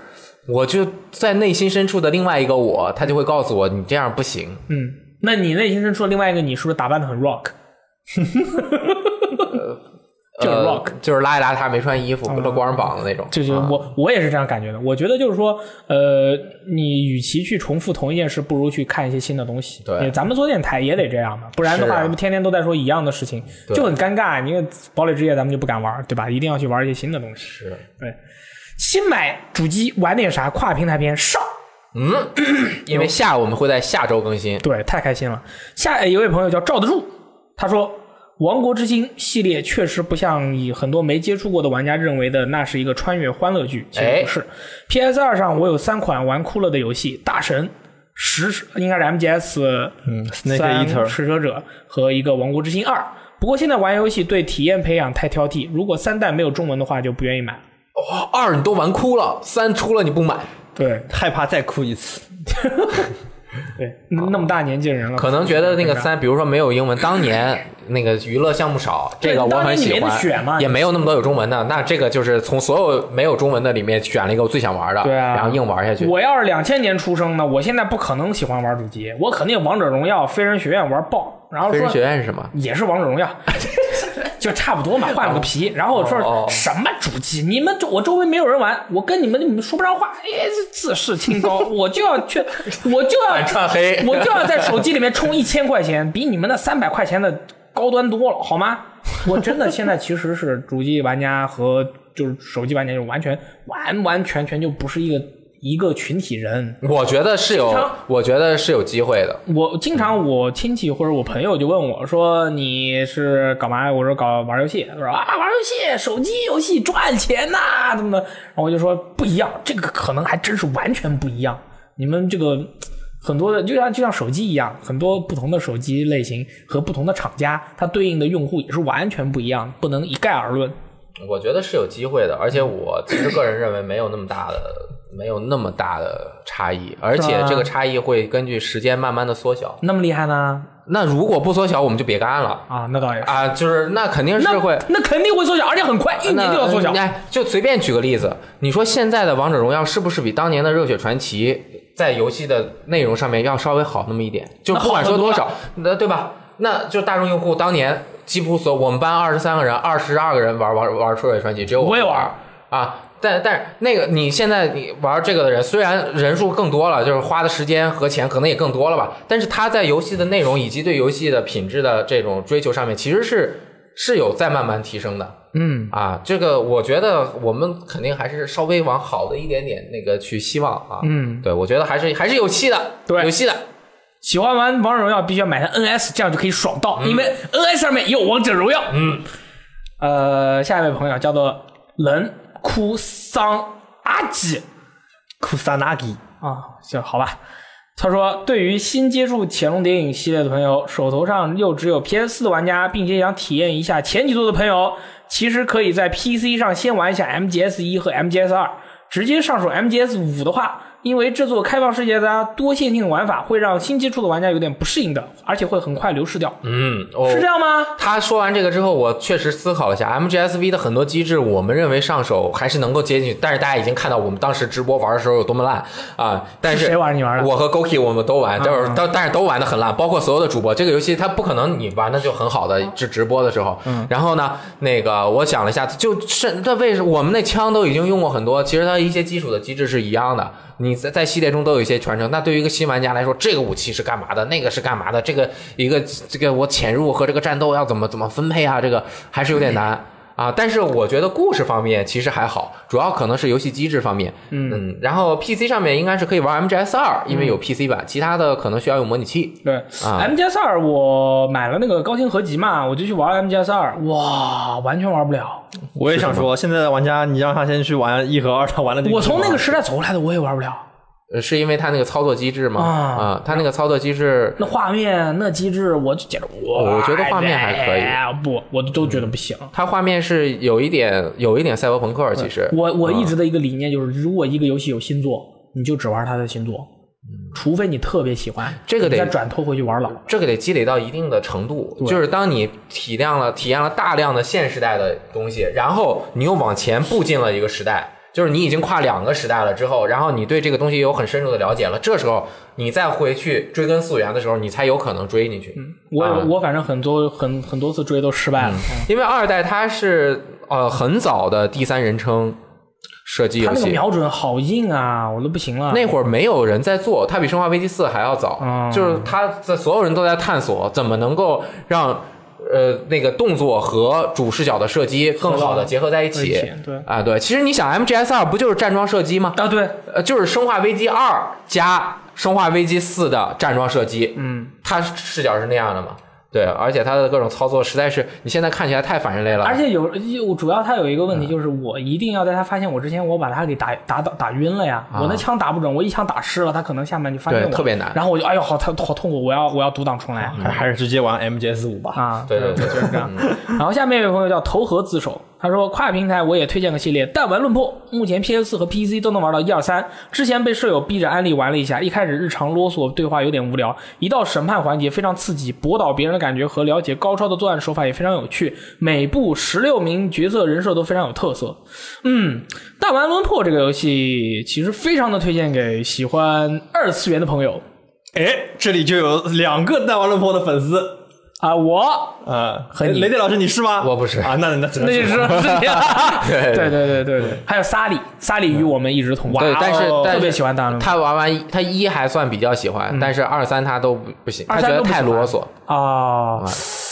我就在内心深处的另外一个我，他就会告诉我，你这样不行。嗯，那你内心深处的另外一个你是不是打扮的很 rock？就是呃 rock 就是邋里邋遢、没穿衣服、光着光着膀子那种。就是啊我、我也是这样感觉的。我觉得就是说，呃，你与其去重复同一件事，不如去看一些新的东西。对也咱们做电台也得这样嘛，不然的是啊话，天天都在说一样的事情，对就很尴尬。因为堡垒之夜咱们就不敢玩，对吧？一定要去玩一些新的东西。是对，新买主机玩点啥跨平台片上。因为下我们会在下周更新。对，太开心了。下一位朋友叫罩得住，他说。《王国之心》系列确实不像以很多没接触过的玩家认为的，那是一个穿越欢乐哎剧，其实不是。PS 二上我有三款玩哭了的游戏：《大神》、十应该是 MGS 嗯，Snake 三 Eater 食蛇者和一个《王国之心二》。不过现在玩游戏对体验培养太挑剔，如果三代没有中文的话就不愿意买了。哦，二你都玩哭了，三出了你不买，对害怕再哭一次。对，那那么大年纪的人了，可能觉得那个没啥三，比如说没有英文，当年那个娱乐项目少，对这个我很喜当年你没得选嘛欢，也没有那么多有中文的。那这个就是从所有没有中文的里面选了一个我最想玩的，对啊然后硬玩下去。我要是两千年出生呢，我现在不可能喜欢玩主机，我肯定王者荣耀、飞人学院玩爆，然后飞说人学院是什么？也是王者 荣耀，就差不多嘛，换了个皮。然后我哦说哦什么主机？你们周我周围没有人玩，我跟你们你们说不上话，哎，这自视清 高，我就要去，我就要反串黑 我就要在手机里面充一千块钱，比你们那三百块钱的高端多了，好吗？我真的现在其实是主机玩家和就是手机玩家，就完全完完全全就不是一个一个群体人。我觉得是有经常，我觉得是有机会的。我经常我亲戚或者我朋友就问我说你是干嘛？我说搞玩游戏。他说啊玩游戏，手机游戏赚钱呐、怎么的？然后我就说不一样，这个可能还真是完全不一样。你们这个很多的就像就像手机一样，很多不同的手机类型和不同的厂家，它对应的用户也是完全不一样，不能一概而论。我觉得是有机会的，而且我其实个人认为没有那么大的没有那么大的差异，而且这个差异会根据时间慢慢的缩小。那么厉害呢？那如果不缩小，我们就别干了啊，那倒也是，啊！就是那肯定是那会，那肯定会缩小，而且很快，一年就要缩小那。哎，就随便举个例子，你说现在的王者荣耀是不是比当年的热血传奇在游戏的内容上面要稍微好那么一点？就不管说啊多少，那对吧？那就大众用户当年几乎所有我们班二十三个人，二十二个人玩玩玩热血传奇，只有我也玩玩啊。但但是那个你现在你玩这个的人，虽然人数更多了，就是花的时间和钱可能也更多了吧，但是他在游戏的内容以及对游戏的品质的这种追求上面，其实是是有在慢慢提升的。嗯，啊，这个我觉得我们肯定还是稍微往好的一点点那个去希望啊。嗯，对，我觉得还是还是有戏的，对有戏的。喜欢玩王者荣耀必须要买台 NS，这样就可以爽到，因为 NS 上面也有王者荣耀。嗯，呃，下一位朋友叫做冷哭丧阿吉库萨纳吉，啊，行好吧。他说：“对于新接触《潜龙谍影》系列的朋友，手头上又只有 PS 4的玩家，并且想体验一下前几座的朋友，其实可以在 PC 上先玩一下 MGS 一和 MGS 二，直接上手 MGS 五的话，因为这座开放世界的多线性玩法会让新接触的玩家有点不适应的，而且会很快流失掉，嗯，我是这样吗？他说完这个之后，我确实思考了一下，MGSV 的很多机制，我们认为上手还是能够接进去，但是大家已经看到我们当时直播玩的时候有多么烂啊！但是是谁玩你玩的我和 Goki 我们都玩，就是但但是都玩的很烂，包括所有的主播。这个游戏它不可能你玩的就很好的，直直播的时候。然后呢，那个我想了一下，就是那为什我们那枪都已经用过很多，其实它一些基础的机制是一样的。你在在系列中都有一些传承，那对于一个新玩家来说，这个武器是干嘛的，那个是干嘛的，这个一个这个我潜入和这个战斗要怎么怎么分配啊，这个还是有点难。啊，但是我觉得故事方面其实还好，主要可能是游戏机制方面。嗯然后 PC 上面应该是可以玩 MGS 二，嗯因为有 PC 版，其他的可能需要用模拟器。对、啊 m g s 二我买了那个高清合集嘛，我就去玩 MGS 二，哇，完全玩不了。我也想说，现在的玩家，你让他先去玩一和二，他玩的我从那个时代走过来的，我也玩不了。呃是因为它那个操作机制吗？啊啊，它那个操作机制，那画面、那机制，我就觉得我我觉得画面还可以嗯哎不，我都觉得不行。它画面是有一点有一点赛博朋克，其实。我我一直嗯的一个理念就是，如果一个游戏有新作，你就只玩它的新作，除非你特别喜欢，嗯这个你得再转头回去玩老。这个得积累到一定的程度，就是当你体谅了、体验了大量的现时代的东西，然后你又往前步进了一个时代，就是你已经跨两个时代了之后，然后你对这个东西有很深入的了解了，这时候你再回去追根溯源的时候，你才有可能追进去。我、啊嗯我反正很多很很多次追都失败了，嗯因为二代它是呃很早的第三人称射击它游那个戏，瞄准好硬啊，我都不行了。那会儿没有人在做，它比《生化危机四》还要早，嗯就是它在所有人都在探索怎么能够让呃那个动作和主视角的射击更好的结合在一而起且。对啊，对，其实你想，MGS 二不就是站桩射击吗？啊对，呃，就是《生化危机二》加《生化危机四》的站桩射击，嗯，它视角是那样的嘛？对，而且它的各种操作实在是，你现在看起来太反人类了。而且有有主要它有一个嗯问题就是，我一定要在它发现我之前，我把它给打打打打晕了呀。啊我那枪打不准，我一枪打湿了，它可能下面就发现对我，特别难啊然后我就哎呦，好疼，好痛苦，我要我要独挡重来还还是直接玩 MGS 五吧。啊。对对对，就是这样。然后下面一位朋友叫投河自首，他说跨平台我也推荐个系列《弹丸论破》，目前 PS 4和 PC 都能玩到一二三。之前被舍友逼着安利玩了一下，一开始日常啰嗦对话有点无聊，一到审判环节非常刺激，驳倒别人的感觉和了解高超的作案手法也非常有趣。每部十六名角色人设都非常有特色。嗯，《弹丸论破》这个游戏其实非常的推荐给喜欢二次元的朋友哎，这里就有两个弹丸论破的粉丝啊，我啊，和你雷电老师，你是吗？我不是啊，那那只能那就是是 对对对对对对对，还有萨里，萨里与我们一直同对玩，，但是但哦特是别喜欢大轮他玩完一他一还算比较喜欢，但是二三他都不不行，嗯二他三觉得都不太喜欢啰嗦。啊。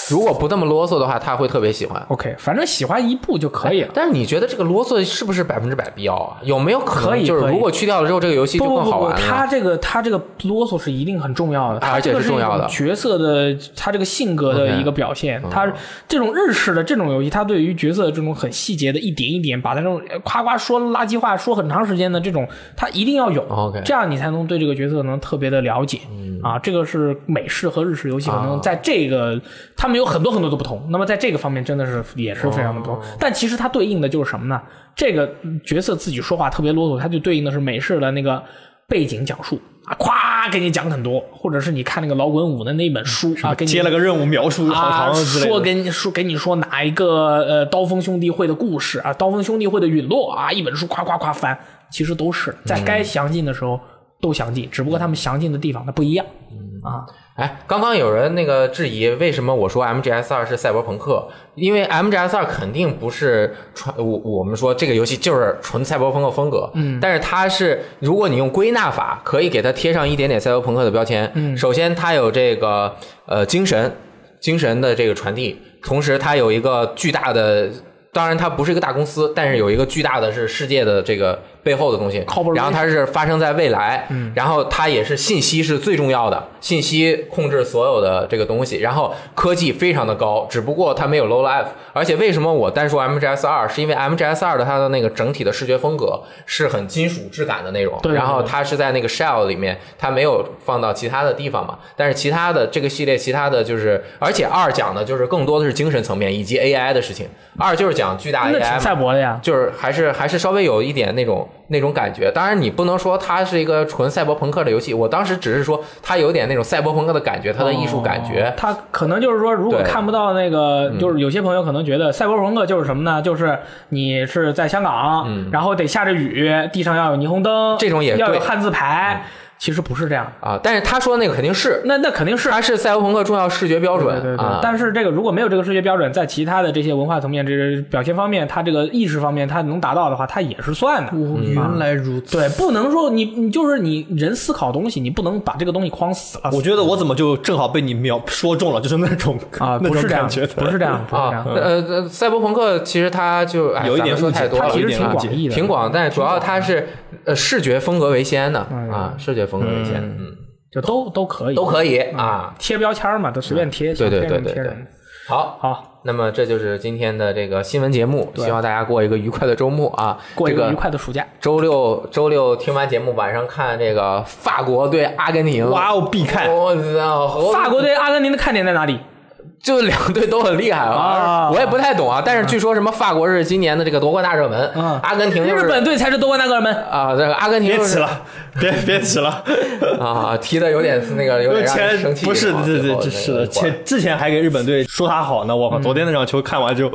如果不那么啰嗦的话，他会特别喜欢。 OK，反正喜欢一部就可以了。但是你觉得这个啰嗦是不是百分之百必要啊？有没有可可以能就是可以如果去掉了之后，这个游戏就不不更不好不，玩他了？这个他这个啰嗦是一定很重要的，啊而且这个是重要的一种角色的他这个性格的 OK 嗯一个表现。他这种日式的这种游戏，他对于角色的这种很细节的一点一点，把他这种呃夸夸说垃圾话说很长时间的这种，他一定要有 OK 这样你才能对这个角色能特别的了解。啊，这个是美式和日式游戏可能在这个他们有很多很多的不同。那么在这个方面真的是也是非常的不同。但其实它对应的就是什么呢？这个角色自己说话特别啰嗦，它就对应的是美式的那个背景讲述啊，咵给你讲很多，或者是你看那个老滚五的那一本书啊，给你接了个任务，描述好啊，长之类的。说给你说给你说哪一个呃刀锋兄弟会的故事啊，刀锋兄弟会的陨落啊，一本书夸夸夸翻，其实都是嗯在该详尽的时候都详尽，只不过他们详尽的地方它不一样啊。哎，刚刚有人那个质疑，为什么我说 MGS 二是赛博朋克？因为 MGS 二肯定不是传我我们说这个游戏就是纯赛博朋克风格，嗯，但是它是如果你用归纳法，可以给它贴上一点点赛博朋克的标签。嗯，首先它有这个呃精神精神的这个传递，同时它有一个巨大的。当然，它不是一个大公司，但是有一个巨大的是世界的这个背后的东西 Corporation，然后它。它是发生在未来，嗯，然后它也是信息是最重要的，信息控制所有的这个东西，然后科技非常的高，只不过它没有 low life。而且为什么我单说 MGS 二，是因为 MGS 二的它的那个整体的视觉风格是很金属质感的那种，对然后对它是在那个 shell 里面，它没有放到其他的地方嘛。但是其他的这个系列，其他的就是，而且二讲的就是更多的是精神层面以及 AI 的事情，二就是讲巨大 AI 那挺嘛赛博的呀，就是还是还是稍微有一点那种那种感觉。当然，你不能说它是一个纯赛博朋克的游戏，我当时只是说它有点那种赛博朋克的感觉，它的艺术感觉。他可能就是说，如果对嗯看不到那个，就是有些朋友可能觉得赛博朋克就是什么呢？就是你是在香港，然后得下着雨，地上要有霓虹灯，嗯这种也要有对嗯汉字牌，其实不是这样。啊，但是他说那个肯定是，那那肯定是它是赛博朋克重要视觉标准对对对，啊。但是这个如果没有这个视觉标准，在其他的这些文化层面、这个表现方面，它这个意识方面，它能达到的话，它也是算的。嗯原来如此。对，不能说你你就是你人思考东西，你不能把这个东西框死啊了。我觉得我怎么就正好被你描说中了，就是那种 啊，那不种是这样，感觉的，不是这样，不是这啊样，。呃呃，赛博朋克其实它就、哎、有一点咱们说太多误解了，它其实有一点挺啊广义的，挺广，但主要它是呃视觉风格为先的哎啊，视觉风格为先，嗯，就都都可以，都可以啊。贴标签嘛，都随便贴，对对想贴什么对贴对什对么。好，好，那么这就是今天的这个新闻节目，希望大家过一个愉快的周末啊！过一这个愉快的暑假。周六，周六听完节目，晚上看这个法国对阿根廷。哇哦，必看！我操！法国对阿根廷的看点在哪里？就两队都很厉害啊我也不太懂啊。但是据说什么法国是今年的这个夺冠大热门，嗯阿根廷就是日本队才是夺冠大热门。啊，这个阿根廷别就提是了， 别别提了，啊，提的有点那个 有点让人前生气。啊不是，对对，这这是的，前之前还给日本队说他好呢，嗯我靠，昨天那场球 看完就，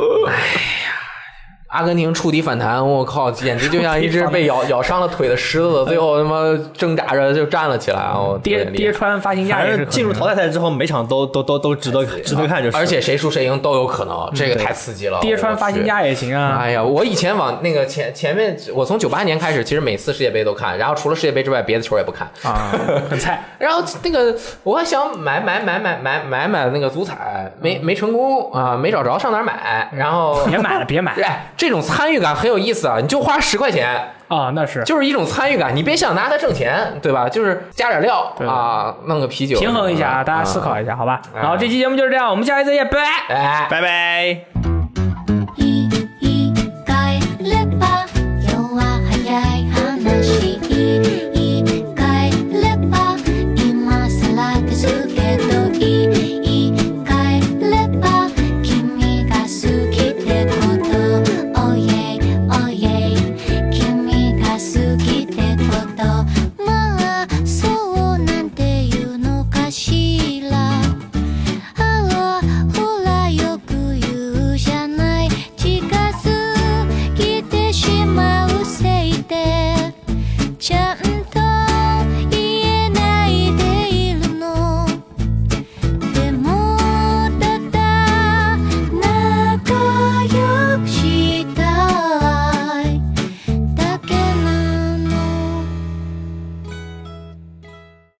阿根廷触底反弹，我靠，简直就像一只被咬咬伤了腿的狮子，最后他妈挣扎着就站了起来啊！我跌特别厉害跌穿发行价反也是正可进入能淘汰赛之后，每场都都都都值得值啊得看，就是。而且谁输谁赢都有可能，这个太刺激了。嗯跌穿发行我去。价也行啊。哎呀，我以前往那个前前面，我从九八年开始，其实每次世界杯都看，然后除了世界杯之外，别的球也不看。啊，很菜。然后那个我还想买买买买买买买那个足彩，没嗯没成功啊，没找着上哪儿买。然后别买了，别买 哎，这种参与感很有意思啊！你就花十块钱，啊，那 是就是一种参与感，你别想拿它挣钱，对吧？就是加点料对啊，弄个啤酒，平衡一下啊，大家思。考一下，好吧？然后这期节目就是这样，我们下期再见，拜拜。哎，拜拜。